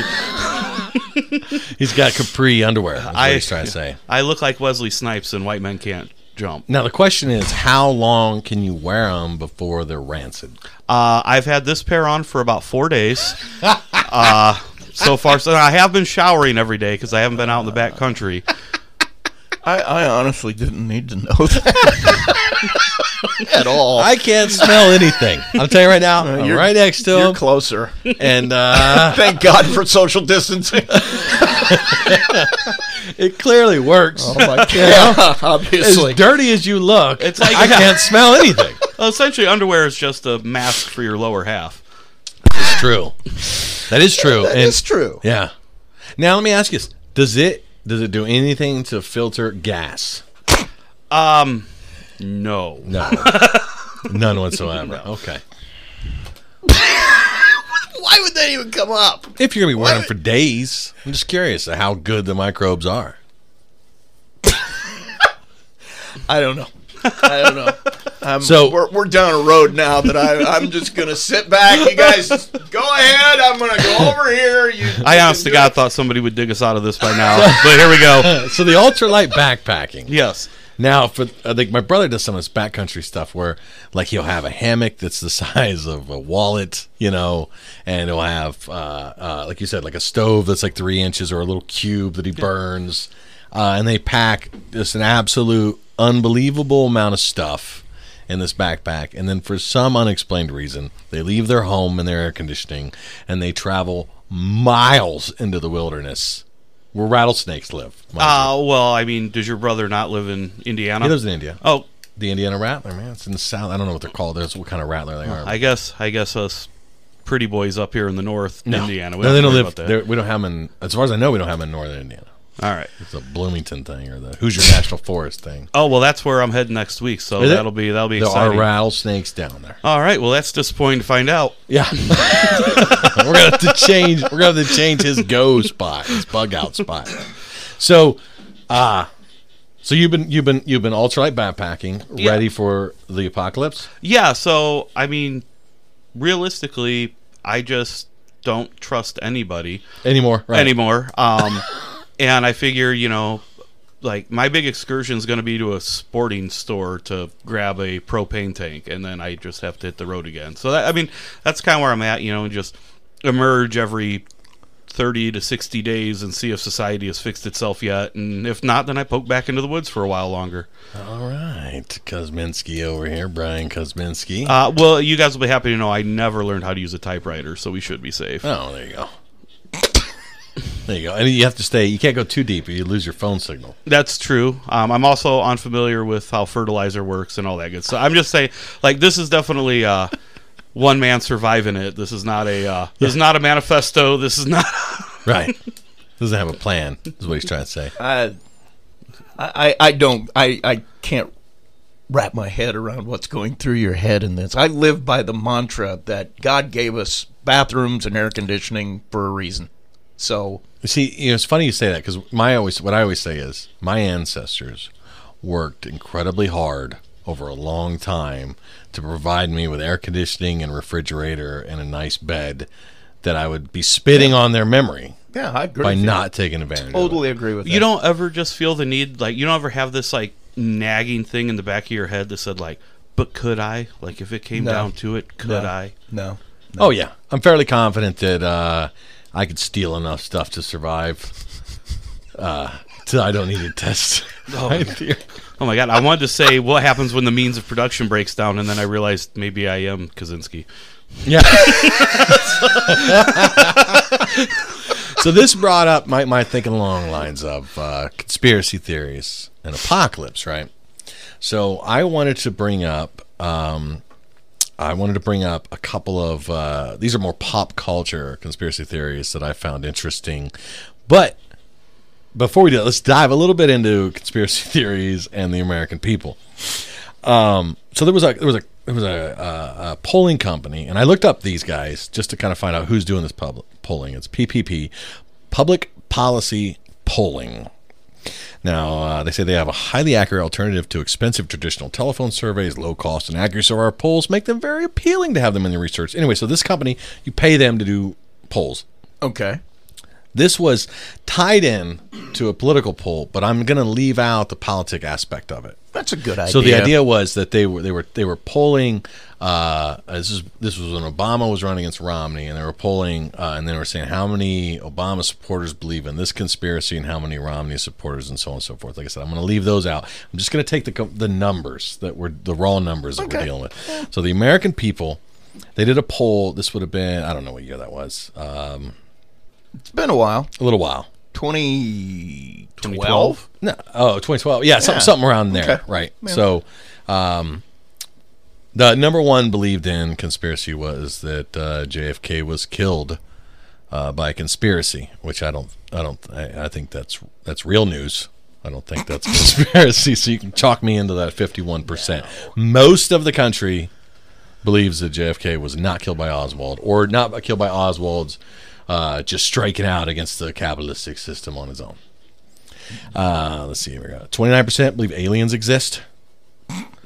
[SPEAKER 8] me.
[SPEAKER 2] He's got capri underwear. That's what
[SPEAKER 8] I-
[SPEAKER 2] he's trying to say.
[SPEAKER 8] I look like Wesley Snipes, and white men can't jump.
[SPEAKER 2] Now the question is, how long can you wear them before they're rancid?
[SPEAKER 8] Uh, I've had this pair on for about four days. uh, so far, so I have been showering every day because I haven't been out in the back country.
[SPEAKER 9] I, I honestly didn't need to know that at all.
[SPEAKER 2] I can't smell anything. Uh, I'll tell you right now. I'm
[SPEAKER 4] you're-
[SPEAKER 2] right next to
[SPEAKER 4] You're
[SPEAKER 2] him,
[SPEAKER 4] closer.
[SPEAKER 2] and uh,
[SPEAKER 9] Thank God for social distancing.
[SPEAKER 2] it clearly works.
[SPEAKER 9] yeah,
[SPEAKER 2] as
[SPEAKER 9] obviously.
[SPEAKER 2] dirty as you look,
[SPEAKER 8] It's like-
[SPEAKER 2] I can't smell anything.
[SPEAKER 8] Well, Uh, essentially, underwear is just a mask for your lower half.
[SPEAKER 2] It's true. That is true. and,
[SPEAKER 4] It's true.
[SPEAKER 2] Yeah. Now let me ask you: this. Does it does it do anything to filter gas?
[SPEAKER 8] Um, no.
[SPEAKER 2] No. None whatsoever. Okay.
[SPEAKER 4] Why would that even come up?
[SPEAKER 2] If you're gonna be wearing them for days, I'm just curious of how good the microbes are.
[SPEAKER 9] I don't know. I don't know. I'm,
[SPEAKER 2] So-
[SPEAKER 9] we're, we're down a road now that I, I'm just gonna sit back. You guys go ahead. I'm gonna go over here. You,
[SPEAKER 8] I honest to God thought somebody would dig us out of this by now, but here we go.
[SPEAKER 2] Uh, So the ultralight backpacking.
[SPEAKER 8] Yes.
[SPEAKER 2] Now, for I think my brother does some of this backcountry stuff where, like, he'll have a hammock that's the size of a wallet, you know, and he'll have, uh, uh, like you said, like a stove that's like three inches or a little cube that he burns, uh, and they pack just an absolute unbelievable amount of stuff in this backpack, and then for some unexplained reason, they leave their home and their air conditioning, and they travel miles into the wilderness where rattlesnakes live. mind you.
[SPEAKER 8] Uh, well, I mean, does your brother not live in Indiana?
[SPEAKER 2] he lives in India.
[SPEAKER 8] Oh,
[SPEAKER 2] The Indiana Rattler, man. It's in the south. I don't know what they're called. That's what kind of rattler they are.
[SPEAKER 8] I guess I guess us pretty boys up here in the north,
[SPEAKER 2] no.
[SPEAKER 8] Indiana.
[SPEAKER 2] no, they don't
[SPEAKER 8] worry
[SPEAKER 2] live.
[SPEAKER 8] about that.
[SPEAKER 2] there- We don't have them. In, as far as I know, we don't have them in northern Indiana.
[SPEAKER 8] All right.
[SPEAKER 2] It's a Bloomington thing or the Hoosier National Forest thing.
[SPEAKER 8] Oh well, that's where I'm heading next week, so
[SPEAKER 2] Is it?
[SPEAKER 8] that'll be that'll be
[SPEAKER 2] There
[SPEAKER 8] exciting.
[SPEAKER 2] are rattlesnakes down there.
[SPEAKER 8] All right. Well, that's disappointing to find out.
[SPEAKER 2] Yeah, we're gonna have to change. We're gonna have to change his go spot, his bug out spot. So, ah, so you've been you've been you've been ultralight backpacking,
[SPEAKER 8] Yeah.
[SPEAKER 2] ready for the apocalypse.
[SPEAKER 8] Yeah. So I mean, realistically, I just don't trust anybody.
[SPEAKER 2] Anymore, right?
[SPEAKER 8] anymore. Um, and I figure, you know, like my big excursion is going to be to a sporting store to grab a propane tank, and then I just have to hit the road again. So that, I mean, that's kind of where I'm at, you know, and just emerge every. 30 to 60 days and see if society has fixed itself yet and if not then i poke back into the woods for a while longer
[SPEAKER 2] All right, Kosminski over here, Brian Kosminski.
[SPEAKER 8] uh, well you guys will be happy to know i never learned how to use a typewriter so we should be safe
[SPEAKER 2] Oh, there you go. there you go. And you have to stay. You can't go too deep. or You lose your phone signal.
[SPEAKER 8] That's true. Um, I'm also unfamiliar with how fertilizer works and all that good stuff. I'm just saying, like, this is definitely uh, one man surviving it. This is not a uh, this is not a manifesto. This is not.
[SPEAKER 2] Right. Doesn't have a plan. Is what he's trying to say.
[SPEAKER 9] I, I, I don't. I, I can't wrap my head around what's going through your head in this. I live by the mantra that God gave us bathrooms and air conditioning for a reason. So
[SPEAKER 2] You See, you know, it's funny you say that because my always what I always say is my ancestors worked incredibly hard over a long time to provide me with air conditioning and refrigerator and a nice bed that I would be spitting on their memory
[SPEAKER 9] yeah, I agree.
[SPEAKER 2] by
[SPEAKER 9] with you.
[SPEAKER 2] not taking advantage.
[SPEAKER 9] totally agree with
[SPEAKER 8] You don't ever just feel the need, like, you don't ever have this like nagging thing in the back of your head that said like, but could I? Like, if it came
[SPEAKER 9] No.
[SPEAKER 8] down to it, could
[SPEAKER 9] No.
[SPEAKER 8] I?
[SPEAKER 9] No.
[SPEAKER 2] Oh yeah, I'm fairly confident that uh, I could steal enough stuff to survive. Uh, till I don't need a test. Right there.
[SPEAKER 8] Oh my god! I wanted to say what happens when the means of production breaks down, and then I realized maybe I am Kaczynski.
[SPEAKER 2] Yeah. so this brought up my, my thinking along lines of uh, conspiracy theories and apocalypse, right? So I wanted to bring up, um, I wanted to bring up a couple of uh, these are more pop culture conspiracy theories that I found interesting, but before we do that, let's dive a little bit into conspiracy theories and the American people. Um, so there was a there was a there was a, uh a polling company, and I looked up these guys just to kind of find out who's doing this public polling. It's PPP, Public Policy Polling. Now, uh, they say they have a highly accurate alternative to expensive traditional telephone surveys. Low cost and accuracy of our polls make them very appealing to have them in the research. Anyway, so this company, you pay them to do polls.
[SPEAKER 9] Okay.
[SPEAKER 2] This was tied in to a political poll, but I'm going to leave out the politic aspect of it.
[SPEAKER 9] That's a good idea.
[SPEAKER 2] So the idea was that they were they were they were polling. Uh, this is this was when Obama was running against Romney, and they were polling, uh, and they were saying how many Obama supporters believe in this conspiracy, and how many Romney supporters, and so on and so forth. Like I said, I'm going to leave those out. I'm just going to take the co- the numbers that were the raw numbers that we're dealing with. So the American people, they did a poll. This would have been I don't know what year that was. Um,
[SPEAKER 9] It's been a while.
[SPEAKER 2] a little while.
[SPEAKER 9] 2012?
[SPEAKER 2] No, oh, 2012. Yeah, Something,
[SPEAKER 9] Yeah.
[SPEAKER 2] something around there,
[SPEAKER 9] Okay.
[SPEAKER 2] right? So, um, the number one believed in conspiracy was that uh, JFK was killed uh, by conspiracy, which I don't, I don't, I, I think that's that's real news. I don't think that's conspiracy. So you can chalk me into that 51 percent. Most of the country believes that JFK was not killed by Oswald or not killed by Oswald's uh, just striking out against the capitalistic system on his own. Uh, let's see. Here we go. Twenty nine percent believe aliens exist.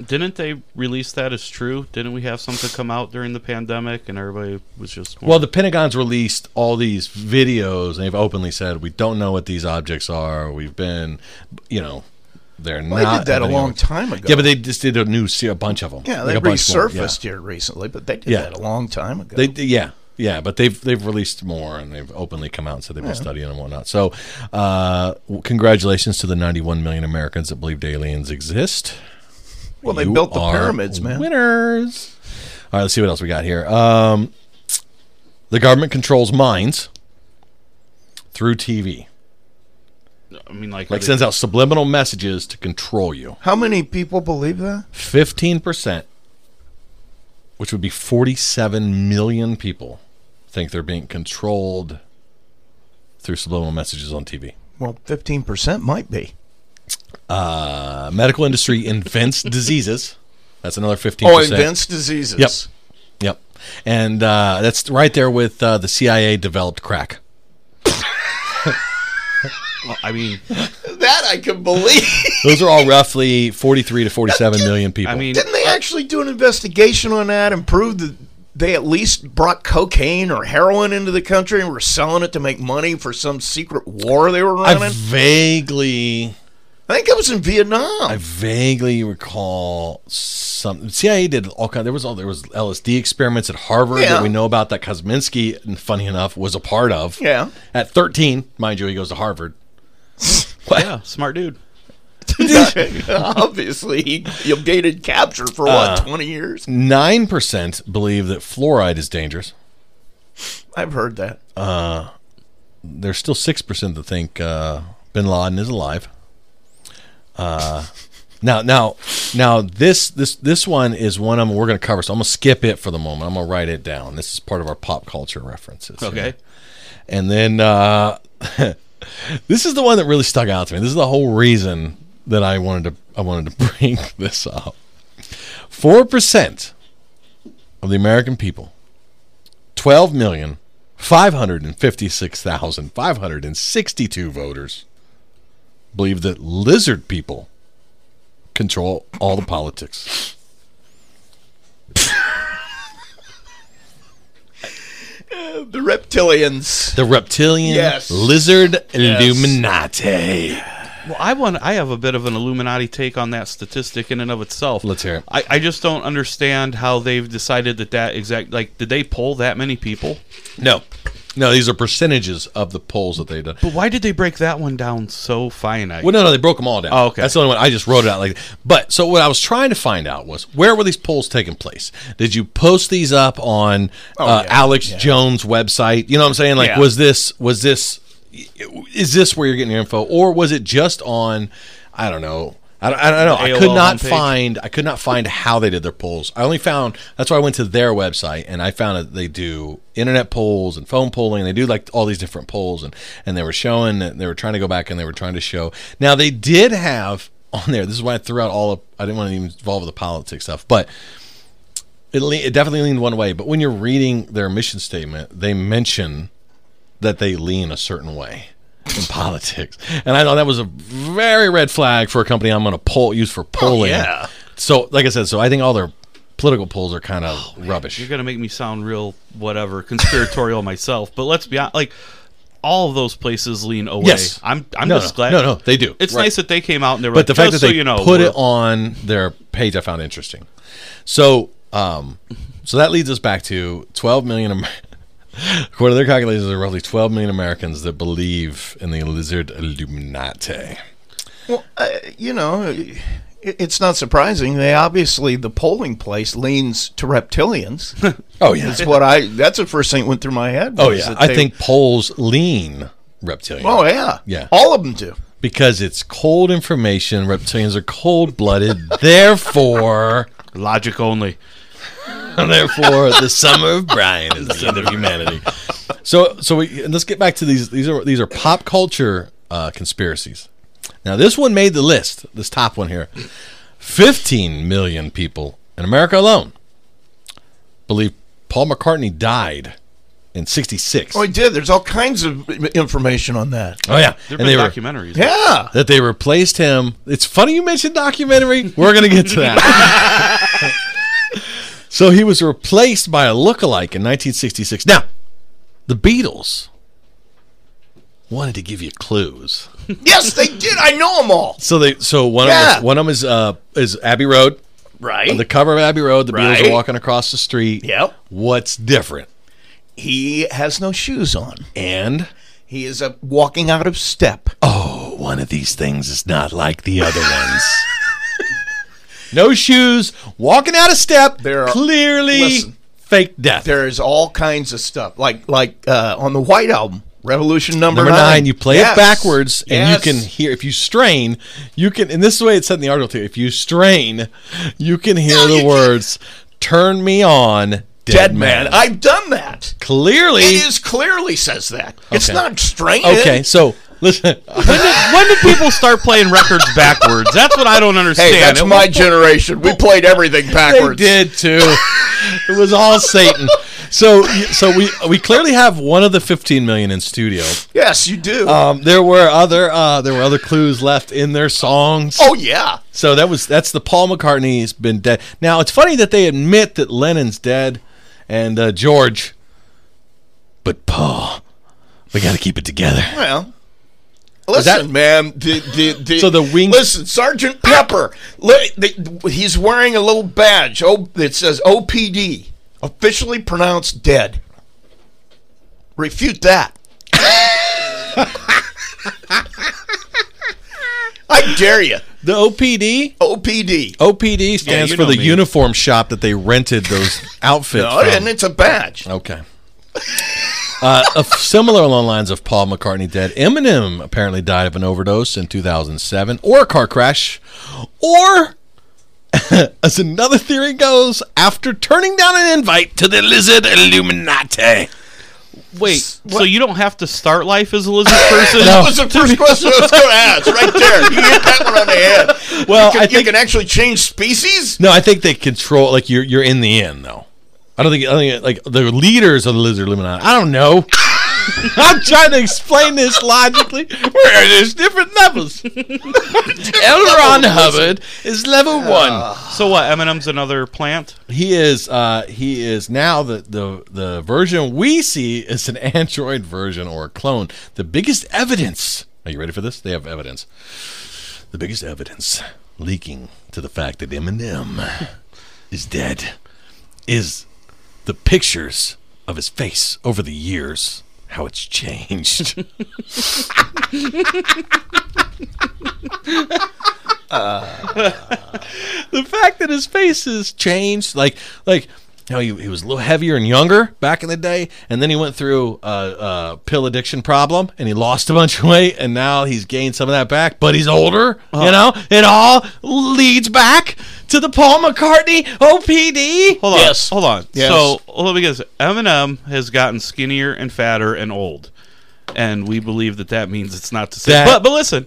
[SPEAKER 8] Didn't they release that as true? Didn't we have something come out during the pandemic and everybody was just
[SPEAKER 2] Well, the Pentagon's released all these videos, and they've openly said we don't know what these objects are. We've been, you know, they're
[SPEAKER 9] They
[SPEAKER 2] not.
[SPEAKER 9] did that a long time ago.
[SPEAKER 2] Yeah, but they just did a new se- a bunch of them.
[SPEAKER 9] Yeah, they
[SPEAKER 2] a bunch more, yeah.
[SPEAKER 9] resurfaced here recently, but they did
[SPEAKER 2] Yeah.
[SPEAKER 9] that a long time ago.
[SPEAKER 2] They yeah yeah, but they've they've released more and they've openly come out and said they've been studying and whatnot. So, uh, w- congratulations to the 91 million Americans that believed aliens exist.
[SPEAKER 9] well, they
[SPEAKER 2] You
[SPEAKER 9] built the
[SPEAKER 2] are
[SPEAKER 9] pyramids, man.
[SPEAKER 2] Winners. All right, let's see what else we got here. Um, the government controls minds through TV,
[SPEAKER 8] I mean like,
[SPEAKER 2] like sends out subliminal messages to control you.
[SPEAKER 9] How many people believe that?
[SPEAKER 2] Fifteen percent, which would be forty-seven million people, think they're being controlled through subliminal messages on TV.
[SPEAKER 9] Well, 15% might be.
[SPEAKER 2] Uh, medical industry invents diseases. That's another fifteen.
[SPEAKER 9] Oh,
[SPEAKER 2] percent.
[SPEAKER 9] advanced diseases.
[SPEAKER 2] Yep. Yep. And uh, that's right there with uh, the CIA developed crack.
[SPEAKER 8] well, I mean
[SPEAKER 9] That I can believe.
[SPEAKER 2] Those are all roughly 43 to 47 million people.
[SPEAKER 8] I mean
[SPEAKER 9] Didn't they actually do an investigation on that and prove that they at least brought cocaine or heroin into the country and were selling it to make money for some secret war they were running?
[SPEAKER 2] I
[SPEAKER 9] i
[SPEAKER 2] vaguely,
[SPEAKER 9] think it was in Vietnam.
[SPEAKER 2] I vaguely recall some CIA did all kind. There was all there was LSD experiments at Harvard
[SPEAKER 9] Yeah.
[SPEAKER 2] that we know about that Kosminski, and funny enough, was a part of.
[SPEAKER 9] yeah.
[SPEAKER 2] At 13, mind you, he goes to Harvard.
[SPEAKER 8] yeah, smart dude.
[SPEAKER 9] Obviously, he evaded capture for what,
[SPEAKER 2] Uh,
[SPEAKER 9] 20 years?
[SPEAKER 2] Nine percent believe that fluoride is dangerous.
[SPEAKER 9] I've heard that.
[SPEAKER 2] there's still six percent that think uh, Bin Laden is alive. Uh, now, now, now, this this this one is one I'm we're going to cover. So I'm going to skip it for the moment. I'm going to write it down. This is part of our pop culture references.
[SPEAKER 8] Okay.
[SPEAKER 2] and then uh, this is the one that really stuck out to me. This is the whole reason that I wanted to I wanted to bring this up. Four percent of the American people, twelve million five hundred and fifty-six thousand five hundred and sixty-two voters, believe that lizard people control all the politics.
[SPEAKER 9] The reptilians.
[SPEAKER 2] The reptilian
[SPEAKER 9] Yes.
[SPEAKER 2] lizard Illuminati.
[SPEAKER 8] Well, I want. I have a bit of an Illuminati take on that statistic in and of itself.
[SPEAKER 2] Let's hear it.
[SPEAKER 8] I, I just don't understand how they've decided that that exact. Like, did they poll that many people?
[SPEAKER 2] No. No, these are percentages of the polls that they done.
[SPEAKER 8] But why did they break that one down so finite?
[SPEAKER 2] Well, no, no, they broke them all down.
[SPEAKER 8] Oh, okay.
[SPEAKER 2] That's the only one I just wrote it out like. But so what I was trying to find out was where were these polls taking place? Did you post these up on uh, Alex Jones' website? You know what I'm saying? Like,
[SPEAKER 9] Yeah.
[SPEAKER 2] was this was this is this where you're getting your info, or was it just on? I don't know. I don't, I don't know. I
[SPEAKER 8] AOL
[SPEAKER 2] could not
[SPEAKER 8] homepage?
[SPEAKER 2] find. I could not find how they did their polls. I only found. That's why I went to their website and I found that they do internet polls and phone polling. They do like all these different polls and and they were showing. that They were trying to go back and they were trying to show. Now they did have on there. This is why I threw out all of. I didn't want to even involve with the politics stuff, but it, le- it definitely leaned one way. But when you're reading their mission statement, they mention that they lean a certain way in politics, and I thought that was a very red flag for a company I'm going to poll use
[SPEAKER 8] Oh,
[SPEAKER 2] for polling.
[SPEAKER 9] yeah.
[SPEAKER 2] So, like I said, so I think all their political polls are kind
[SPEAKER 8] Oh,
[SPEAKER 2] of rubbish.
[SPEAKER 8] You're gonna make me sound real whatever conspiratorial myself, but let's be honest. Like all of those places lean away.
[SPEAKER 2] Yes.
[SPEAKER 8] I'm. I'm
[SPEAKER 2] no,
[SPEAKER 8] just
[SPEAKER 2] no,
[SPEAKER 8] glad.
[SPEAKER 2] no, no, they do.
[SPEAKER 8] It's
[SPEAKER 2] Right.
[SPEAKER 8] nice that they came out and they were.
[SPEAKER 2] but
[SPEAKER 8] like,
[SPEAKER 2] the fact that
[SPEAKER 8] "Just
[SPEAKER 2] they
[SPEAKER 8] so you know,
[SPEAKER 2] put
[SPEAKER 8] we're-
[SPEAKER 2] it on their page, I found interesting. So, um, so that leads us back to 12 million. Amer- According to their calculations, there are roughly 12 million Americans that believe in the lizard Illuminati.
[SPEAKER 4] Well, uh, you know, it, it's not surprising. They obviously the polling place leans to reptilians.
[SPEAKER 2] Oh yeah,
[SPEAKER 4] that's what I. That's the first thing that went through my head.
[SPEAKER 2] oh
[SPEAKER 4] was
[SPEAKER 2] yeah.
[SPEAKER 4] that
[SPEAKER 2] I
[SPEAKER 4] they-
[SPEAKER 2] think polls lean reptilian.
[SPEAKER 4] Oh yeah.
[SPEAKER 2] Yeah.
[SPEAKER 4] All of them do.
[SPEAKER 2] because it's cold information. Reptilians are cold blooded. therefore,
[SPEAKER 8] logic only.
[SPEAKER 2] therefore, the summer of Brian is the end of humanity. So, so we and let's get back to these. These are these are pop culture uh, conspiracies. Now, this one made the list. This top one here: fifteen million people in America alone believe Paul McCartney died in '66.
[SPEAKER 4] Oh, I did. There's all kinds of information on that.
[SPEAKER 2] Oh, yeah,
[SPEAKER 8] There've
[SPEAKER 2] and
[SPEAKER 8] been
[SPEAKER 2] they were
[SPEAKER 8] documentaries.
[SPEAKER 4] Yeah.
[SPEAKER 2] that they replaced him. It's funny you mentioned documentary. We're gonna get to that. so he was replaced by a lookalike in 1966. Now, the Beatles wanted to give you clues,
[SPEAKER 4] Yes, they did. I know them all.
[SPEAKER 2] so they so one of
[SPEAKER 4] Yeah.
[SPEAKER 2] them, one of them is uh is Abbey Road.
[SPEAKER 4] Right.
[SPEAKER 2] On the cover of Abbey Road, the Beatles are
[SPEAKER 4] Right.
[SPEAKER 2] walking across the street.
[SPEAKER 4] Yep.
[SPEAKER 2] What's different?
[SPEAKER 4] He has no shoes on.
[SPEAKER 2] And
[SPEAKER 4] He is a walking out of step.
[SPEAKER 2] one of these things is not like the other ones. no shoes, walking out of step.
[SPEAKER 4] There are-
[SPEAKER 2] clearly
[SPEAKER 4] listen.
[SPEAKER 2] fake death.
[SPEAKER 4] There is all kinds of stuff. Like like uh, on the White Album, Revolution number,
[SPEAKER 2] Number nine, you play
[SPEAKER 4] Yes.
[SPEAKER 2] it backwards, and
[SPEAKER 4] Yes.
[SPEAKER 2] you can hear. If you strain, you can. And this is the way it said in the article too. If you strain, you can hear the words "Turn me on, dead,
[SPEAKER 4] Dead man. I've done that.
[SPEAKER 2] clearly
[SPEAKER 4] It is clearly says that. It's
[SPEAKER 2] Okay.
[SPEAKER 4] not strange.
[SPEAKER 2] okay. So listen,
[SPEAKER 8] when, did, when did people start playing records backwards? That's what I don't understand.
[SPEAKER 4] Hey, that's
[SPEAKER 8] It-
[SPEAKER 4] my generation. We played everything
[SPEAKER 2] they
[SPEAKER 4] backwards.
[SPEAKER 2] did too. it was all Satan. So so we we clearly have one of the 15 million in studio.
[SPEAKER 4] Yes, you do.
[SPEAKER 2] Um, there were other uh, there were other clues left in their songs.
[SPEAKER 4] oh yeah.
[SPEAKER 2] So that was that's the Paul McCartney's been dead. Now it's funny that they admit that Lennon's dead and uh, George, but Paul, we got to keep it together.
[SPEAKER 4] Well,
[SPEAKER 2] that-
[SPEAKER 4] listen, man. The, the, the,
[SPEAKER 2] So the wing-
[SPEAKER 4] Listen, Sergeant Pepper. li- the- he's wearing a little badge. Oh, that says OPD, officially pronounced dead. Refute that. I dare you.
[SPEAKER 2] The OPD.
[SPEAKER 4] OPD.
[SPEAKER 2] OPD stands
[SPEAKER 8] you
[SPEAKER 2] for
[SPEAKER 8] know
[SPEAKER 2] the
[SPEAKER 8] me.
[SPEAKER 2] uniform shop that they rented those outfits.
[SPEAKER 4] No,
[SPEAKER 2] from.
[SPEAKER 4] and it's a badge.
[SPEAKER 2] Okay. Uh, a f- similar along the lines of Paul McCartney dead, Eminem apparently died of an overdose in 2007, or a car crash, or, as another theory goes, after turning down an invite to the Lizard Illuminati.
[SPEAKER 8] Wait, so you don't have to start life as a lizard person?
[SPEAKER 4] That was the first question I was going to ask. Right there, you hit that one on the head.
[SPEAKER 2] Well,
[SPEAKER 4] you can,
[SPEAKER 2] I
[SPEAKER 4] you
[SPEAKER 2] think-
[SPEAKER 4] can actually change species.
[SPEAKER 2] No, I think they control. Like you're you're in the end though. I don't think. I think like the leaders of the Lizard Illuminati. I don't know. I'm trying to explain this logically. Where there's different levels. L. Ron Hubbard is level one.
[SPEAKER 8] So what? Eminem's another plant.
[SPEAKER 2] He is. Uh, he is now the, the the version we see is an android version or a clone. The biggest evidence. Are you ready for this? They have evidence. The biggest evidence leaking to the fact that Eminem is dead is the pictures of his face over the years. How it's changed. Uh, the fact that his face has changed, like like how he, he was a little heavier and younger back in the day, and then he went through a, a pill addiction problem, and he lost a bunch of weight, and now he's gained some of that back, but he's older. You know, it all leads back to the Paul McCartney OPD.
[SPEAKER 8] Hold on.
[SPEAKER 4] Yes.
[SPEAKER 8] Hold on.
[SPEAKER 4] Yes.
[SPEAKER 8] So let me guess. Eminem has gotten skinnier and fatter and old, and we believe that that means it's not the same.
[SPEAKER 2] That-
[SPEAKER 8] But but listen,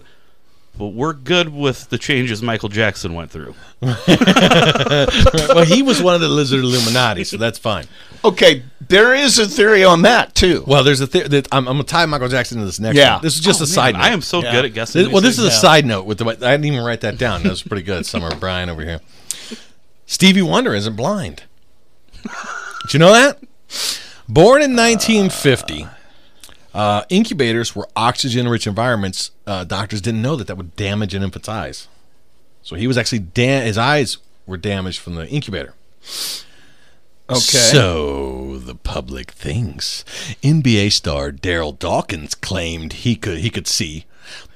[SPEAKER 8] but we're good with the changes Michael Jackson went through.
[SPEAKER 2] well, he was one of the Lizard Illuminati, so that's fine.
[SPEAKER 4] Okay, there is a theory on that too.
[SPEAKER 2] Well, there's a theory that I'm, I'm gonna tie Michael Jackson to this next.
[SPEAKER 4] Yeah.
[SPEAKER 2] one. this is just a
[SPEAKER 8] Oh, Man,
[SPEAKER 2] side. note.
[SPEAKER 8] I am so good at guessing.
[SPEAKER 2] This- well, this
[SPEAKER 8] these
[SPEAKER 2] is a side note with the. I didn't even write that down. That was pretty good. Summer Brian over here. Stevie Wonder isn't blind. Did you know that? Born in 1950, Uh, incubators were oxygen-rich environments. Uh, doctors didn't know that that would damage an infant's eyes, so he was actually da- his eyes were damaged from the incubator.
[SPEAKER 9] Okay.
[SPEAKER 2] So the public thinks NBA star Daryl Dawkins claimed he could he could see.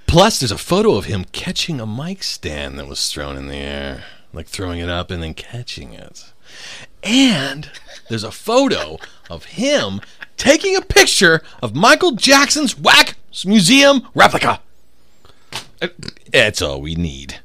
[SPEAKER 2] Plus, there's a photo of him catching a mic stand that was thrown in the air, like throwing it up and then catching it. And there's a photo of him taking a picture of Michael Jackson's Whack Museum replica. Uh, That's all we need.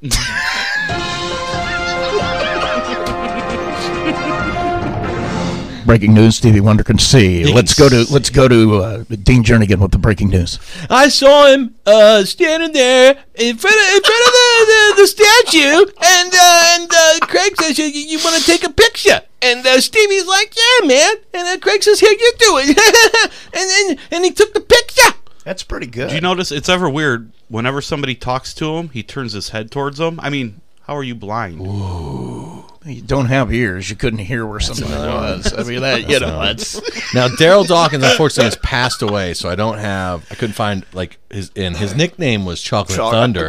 [SPEAKER 9] breaking news. Stevie Wonder can see.
[SPEAKER 2] can
[SPEAKER 9] let's go to let's go to uh, Dean Jernigan with the breaking news.
[SPEAKER 2] I saw him uh, standing there in front of, in front of the, the, the statue, and uh, and uh, Craig says, "You, you want to take a picture?" And uh, Stevie's like, "Yeah, man." And then Craig says, "Here, you do it." and, and and he took the picture.
[SPEAKER 9] That's pretty good.
[SPEAKER 8] Do you notice it's ever weird whenever somebody talks to him, he turns his head towards them? I mean, how are you blind?
[SPEAKER 9] You don't have ears. You couldn't hear where somebody was. I mean that you know that's
[SPEAKER 2] Now Daryl Dawkins, unfortunately, has passed away, so I don't have. I couldn't find like his and his nickname was Chocolate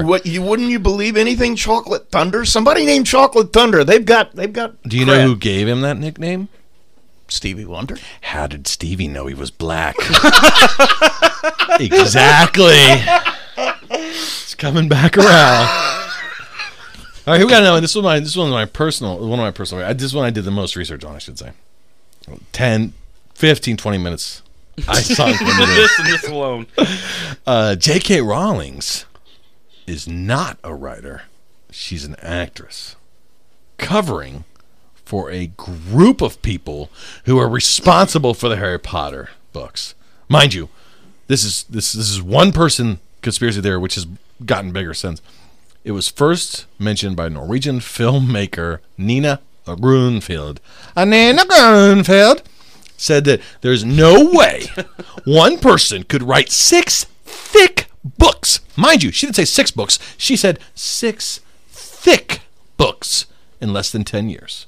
[SPEAKER 9] What you wouldn't you believe anything? Chocolate Thunder. Somebody named Chocolate Thunder. They've got they've got. crap.
[SPEAKER 2] gave him that nickname?
[SPEAKER 9] Stevie Wonder?
[SPEAKER 2] How did Stevie know he was black? exactly. It's coming back around. All right, here we got another one. This was my this was my personal one of my personal. I, this one I did the most research on, I should say. 10, 15, 20 minutes. I sunk into this.
[SPEAKER 8] this and this alone.
[SPEAKER 2] Uh, J.K. Rawlings is not a writer; she's an actress, covering for a group of people who are responsible for the Harry Potter books. Mind you, this is this this is one person conspiracy theory, which has gotten bigger since. It was first mentioned by Norwegian filmmaker Nina Brunfield. Nina Brunfield said that there's no way one person could write six thick books. Mind you, she didn't say six books. She said six thick books in less than 10 years.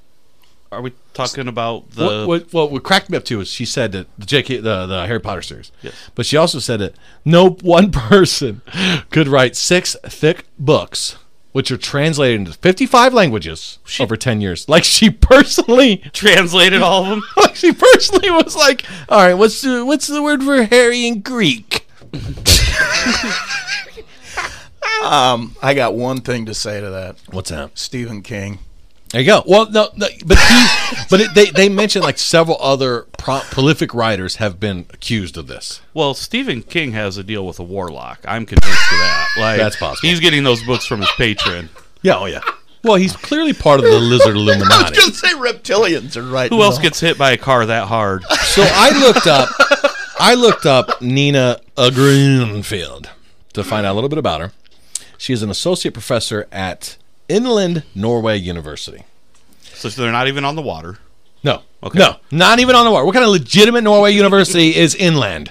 [SPEAKER 8] Are we talking about the.
[SPEAKER 2] what, what, what cracked me up too is she said that the JK the, the Harry Potter series.
[SPEAKER 8] Yes.
[SPEAKER 2] But she also said that no one person could write six thick books which are translated into 55 languages over 10 years. Like she personally
[SPEAKER 8] Translated all of them?
[SPEAKER 2] like she personally was like, "All right, what's the, what's the word for Harry in Greek?"
[SPEAKER 9] Um, I got one thing to say to that.
[SPEAKER 2] What's that?
[SPEAKER 9] Stephen King.
[SPEAKER 2] There you go. Well, no, no but he, but it, they they mentioned like several other pro- prolific writers have been accused of this.
[SPEAKER 8] Well, Stephen King has a deal with a warlock. I'm convinced of that. Like
[SPEAKER 2] That's possible.
[SPEAKER 8] He's getting those books from his patron.
[SPEAKER 2] Yeah, oh yeah. Well, he's clearly part of the lizard Illuminati.
[SPEAKER 9] say reptilians are right.
[SPEAKER 8] Who else gets hit by a car that hard?
[SPEAKER 2] So I looked up, I looked up Nina Greenfield to find out a little bit about her. She is an associate professor at Inland Norway University.
[SPEAKER 8] So they're not even on the water.
[SPEAKER 2] No. Okay. No, not even on the water. What kind of legitimate Norway university is inland?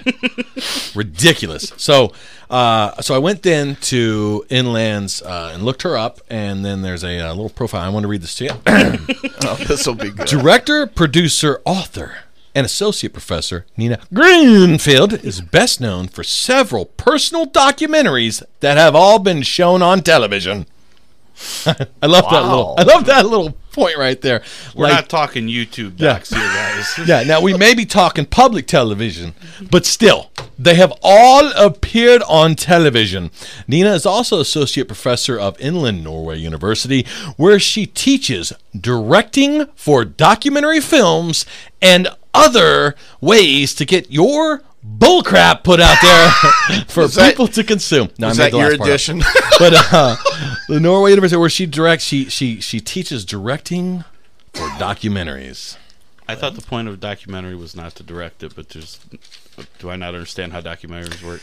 [SPEAKER 2] Ridiculous. So, uh, so I went then to Inland's uh, and looked her up, and then there's a, uh little profile. I want to read this to you.
[SPEAKER 9] this will be good.
[SPEAKER 2] Director, producer, author, and associate professor Nina Greenfield is best known for several personal documentaries that have all been shown on television. I love that little. I love that little point right there.
[SPEAKER 8] We're
[SPEAKER 2] Like-
[SPEAKER 8] not talking YouTube docs here, guys.
[SPEAKER 2] yeah, now we may be talking public television, but still, they have all appeared on television. Nina is also associate professor of Inland Norway University, where she teaches directing for documentary films and other ways to get your bullcrap put out there for
[SPEAKER 9] that-
[SPEAKER 2] people to consume. No,
[SPEAKER 9] Is
[SPEAKER 2] made
[SPEAKER 9] that
[SPEAKER 2] the
[SPEAKER 9] your
[SPEAKER 2] last part up
[SPEAKER 9] addition?
[SPEAKER 2] but uh, the Norway University, where she directs, she she she teaches directing for documentaries.
[SPEAKER 8] I thought the point of a documentary was not to direct it, but there's. Do I not understand how documentaries work?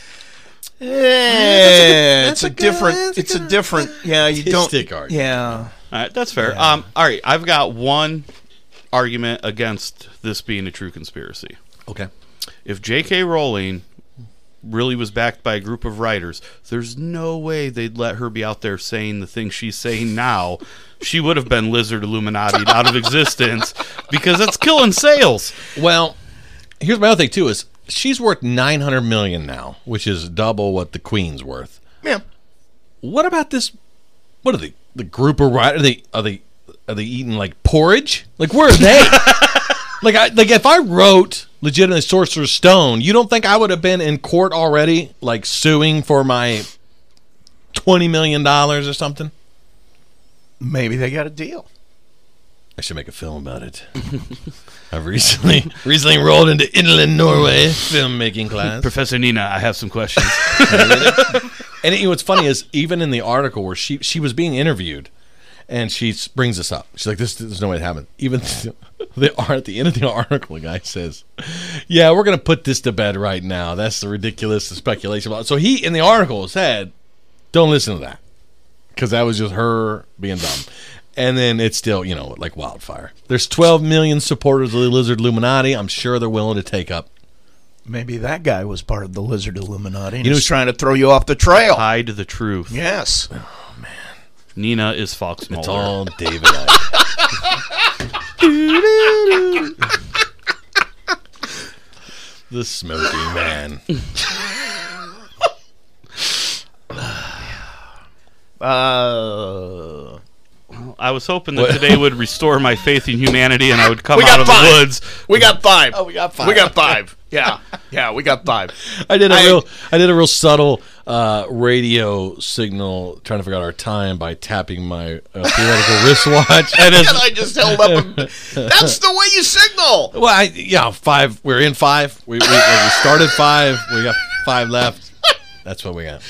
[SPEAKER 9] yeah, it's
[SPEAKER 2] a
[SPEAKER 9] a
[SPEAKER 2] good-
[SPEAKER 9] different.
[SPEAKER 2] that's a
[SPEAKER 9] It's a
[SPEAKER 2] good-
[SPEAKER 9] different. Yeah, you don't.
[SPEAKER 2] Artistic art.
[SPEAKER 9] Yeah.
[SPEAKER 8] All right, that's fair. Um, all right, I've got one argument against this being a true conspiracy.
[SPEAKER 2] Okay.
[SPEAKER 8] if J.K. Rowling really was backed by a group of writers, there's no way they'd let her be out there saying the things she's saying now. She would have been lizard Illuminati out of existence because that's killing sales.
[SPEAKER 2] Well, here's my other thing too: is she's worth 900 million now, which is double what the Queen's worth.
[SPEAKER 9] Yeah.
[SPEAKER 2] What about this what are they the group of ri Are they are they are they eating like porridge? Like where are they? like I like if I wrote legitimate Sorcerer's Stone, you don't think I would have been in court already, like suing for my twenty million dollars or something?
[SPEAKER 9] Maybe they got a deal.
[SPEAKER 2] I should make a film about it. I've recently recently enrolled into inland Norway filmmaking class.
[SPEAKER 8] Professor Nina, I have some questions.
[SPEAKER 2] And it, what's funny is even in the article where she she was being interviewed, and she s- brings this up. She's like, "This there's no way it happened." Even the, the ar- at the end of the article, the guy says, "Yeah, we're gonna put this to bed right now. That's the ridiculous the speculation." about-" So he in the article said, "Don't listen to that," because that was just her being dumb. And then it's still, you know, like wildfire. There's 12 million supporters of the Lizard Illuminati. I'm sure they're willing to take up.
[SPEAKER 9] Maybe that guy was part of the lizard Illuminati. And
[SPEAKER 2] know,
[SPEAKER 9] he's trying to throw you off the trail.
[SPEAKER 8] Hide the truth.
[SPEAKER 9] Yes.
[SPEAKER 8] Nina is Fox Mulder.
[SPEAKER 2] It's all David. Icke. the Smoky Man.
[SPEAKER 9] Uh,
[SPEAKER 8] I was hoping that today would restore my faith in humanity and I would come out
[SPEAKER 9] got
[SPEAKER 8] of
[SPEAKER 9] five.
[SPEAKER 8] the woods.
[SPEAKER 9] we got five. Oh, we got five. We got five. Yeah. Yeah, we got five.
[SPEAKER 2] I did a
[SPEAKER 9] I-
[SPEAKER 2] real, I did a real subtle uh, radio signal, trying to figure out our time by tapping my uh, theoretical wristwatch. And
[SPEAKER 9] And I just held up. A, that's the way you signal.
[SPEAKER 2] well, I, yeah, five. We're in five. We, we, like, we started five. We got five left. That's what we got.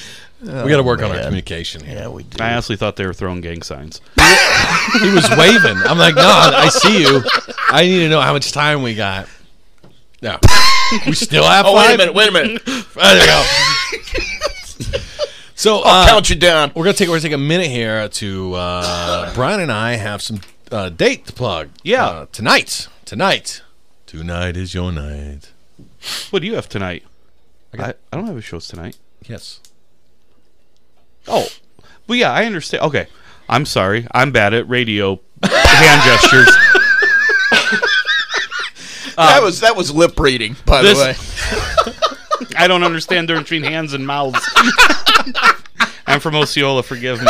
[SPEAKER 2] we got to work on our communication here.
[SPEAKER 9] we do.
[SPEAKER 8] I honestly thought they were throwing gang signs.
[SPEAKER 2] He was waving. I'm like, no, I see you. I need to know how much time we got. No. We still have
[SPEAKER 9] Oh, wait a
[SPEAKER 2] five?
[SPEAKER 9] minute. Wait a minute.
[SPEAKER 2] Oh, there you go. So uh,
[SPEAKER 9] Count you down.
[SPEAKER 2] we're gonna take we're gonna take a minute here to uh, Brian and I have some uh, date to plug.
[SPEAKER 8] Yeah.
[SPEAKER 2] Uh, tonight. Tonight. Tonight is your night.
[SPEAKER 8] What do you have tonight? I,
[SPEAKER 2] got-
[SPEAKER 8] I don't have a shows tonight.
[SPEAKER 2] Yes.
[SPEAKER 8] Oh, well, yeah, I understand. Okay, I'm sorry. I'm bad at radio hand gestures.
[SPEAKER 9] that was that was lip reading, by
[SPEAKER 8] this-
[SPEAKER 9] the way.
[SPEAKER 8] I don't understand the difference between hands and mouths. I'm from Osceola, forgive me.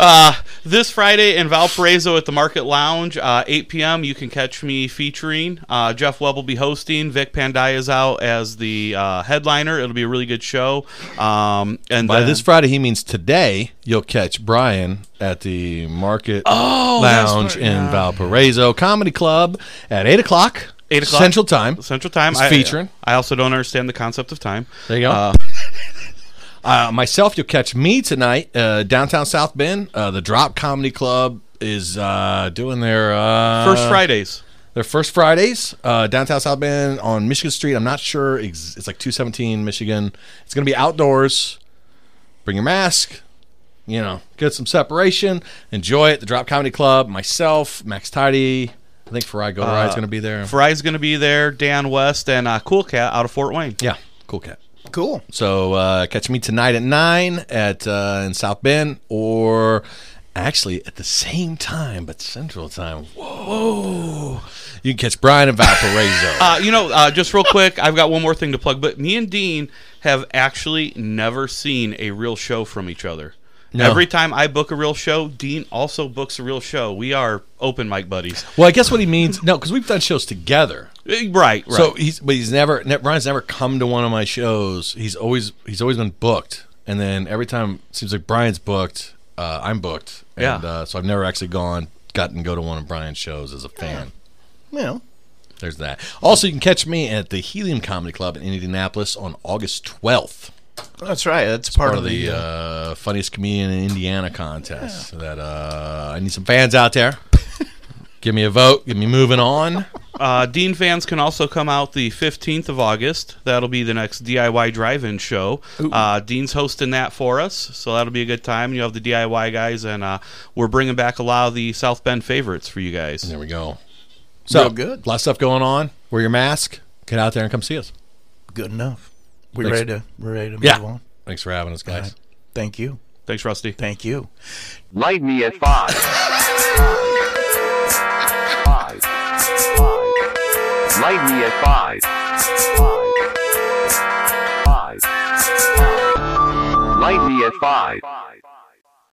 [SPEAKER 8] Uh, this Friday in Valparaiso at the Market Lounge, uh, 8 p.m., you can catch me featuring. Uh, Jeff Webb will be hosting. Vic Pandai is out as the uh, headliner. It'll be a really good show. Um, and
[SPEAKER 2] By
[SPEAKER 8] then-
[SPEAKER 2] this Friday, he means today. You'll catch Brian at the Market
[SPEAKER 8] Oh, that's
[SPEAKER 2] Lounge
[SPEAKER 8] right,
[SPEAKER 2] in
[SPEAKER 8] yeah.
[SPEAKER 2] Valparaiso Comedy Club at eight o'clock.
[SPEAKER 8] 8 o'clock.
[SPEAKER 2] Central Time.
[SPEAKER 8] Central Time.
[SPEAKER 2] It's
[SPEAKER 8] I,
[SPEAKER 2] featuring.
[SPEAKER 8] I also don't understand the concept of time.
[SPEAKER 2] There you go. Uh, myself, you'll catch me tonight, uh, downtown South Bend. Uh, the Drop Comedy Club is uh, doing their uh,
[SPEAKER 8] First Fridays.
[SPEAKER 2] Their first Fridays, uh, downtown South Bend on Michigan Street. I'm not sure. Ex- it's like 217 Michigan. It's going to be outdoors. Bring your mask. You know, get some separation. Enjoy it. The Drop Comedy Club. Myself, Max Tidy. I think Farai Go is going to be there.
[SPEAKER 8] Fry's going to be there, Dan West, and uh, Cool Cat out of Fort Wayne.
[SPEAKER 2] yeah, cool cat.
[SPEAKER 9] Cool.
[SPEAKER 2] So uh, catch me tonight at nine at uh, in South Bend, or actually at the same time but Central Time. Whoa! You can catch Brian and Valparaiso.
[SPEAKER 8] Uh, you know, uh, just real quick, I've got one more thing to plug. But me and Dean have actually never seen a real show from each other. Every time I book a real show, Dean also books a real show. We are open mic buddies.
[SPEAKER 2] well, I guess what he means no, because we've done shows together.
[SPEAKER 8] Eh, Right, right.
[SPEAKER 2] So he's but he's never ne- Brian's never come to one of my shows. He's always he's always been booked, and then every time it seems like Brian's booked, uh, I'm booked. And,
[SPEAKER 8] Yeah.
[SPEAKER 2] Uh, so I've never actually gone gotten to go to one of Brian's shows as a fan.
[SPEAKER 9] Well,
[SPEAKER 2] There's that. Also, you can catch me at the Helium Comedy Club in Indianapolis on August 12th.
[SPEAKER 9] that's right. That's part,
[SPEAKER 2] Part of the uh, funniest comedian in Indiana contest. So That uh, I need some fans out there. give me a vote. Get me moving on.
[SPEAKER 8] Uh, Dean fans can also come out the 15th of August. That'll be the next DIY drive in show. Uh, Dean's hosting that for us, so that'll be a good time. You have the DIY guys, and uh, we're bringing back a lot of the South Bend favorites for you guys.
[SPEAKER 2] There we go. So
[SPEAKER 9] Real good.
[SPEAKER 2] A lot of stuff going on. Wear your mask. Get out there and come see us.
[SPEAKER 9] good enough. We
[SPEAKER 2] Thanks.
[SPEAKER 9] ready to we're ready to move
[SPEAKER 2] Yeah.
[SPEAKER 9] on.
[SPEAKER 2] Thanks for having us, guys.
[SPEAKER 9] Thank you.
[SPEAKER 8] Thanks, Rusty.
[SPEAKER 9] Thank you.
[SPEAKER 1] Light me at five. Five. Five. Light me at five. Five. Light me at 5.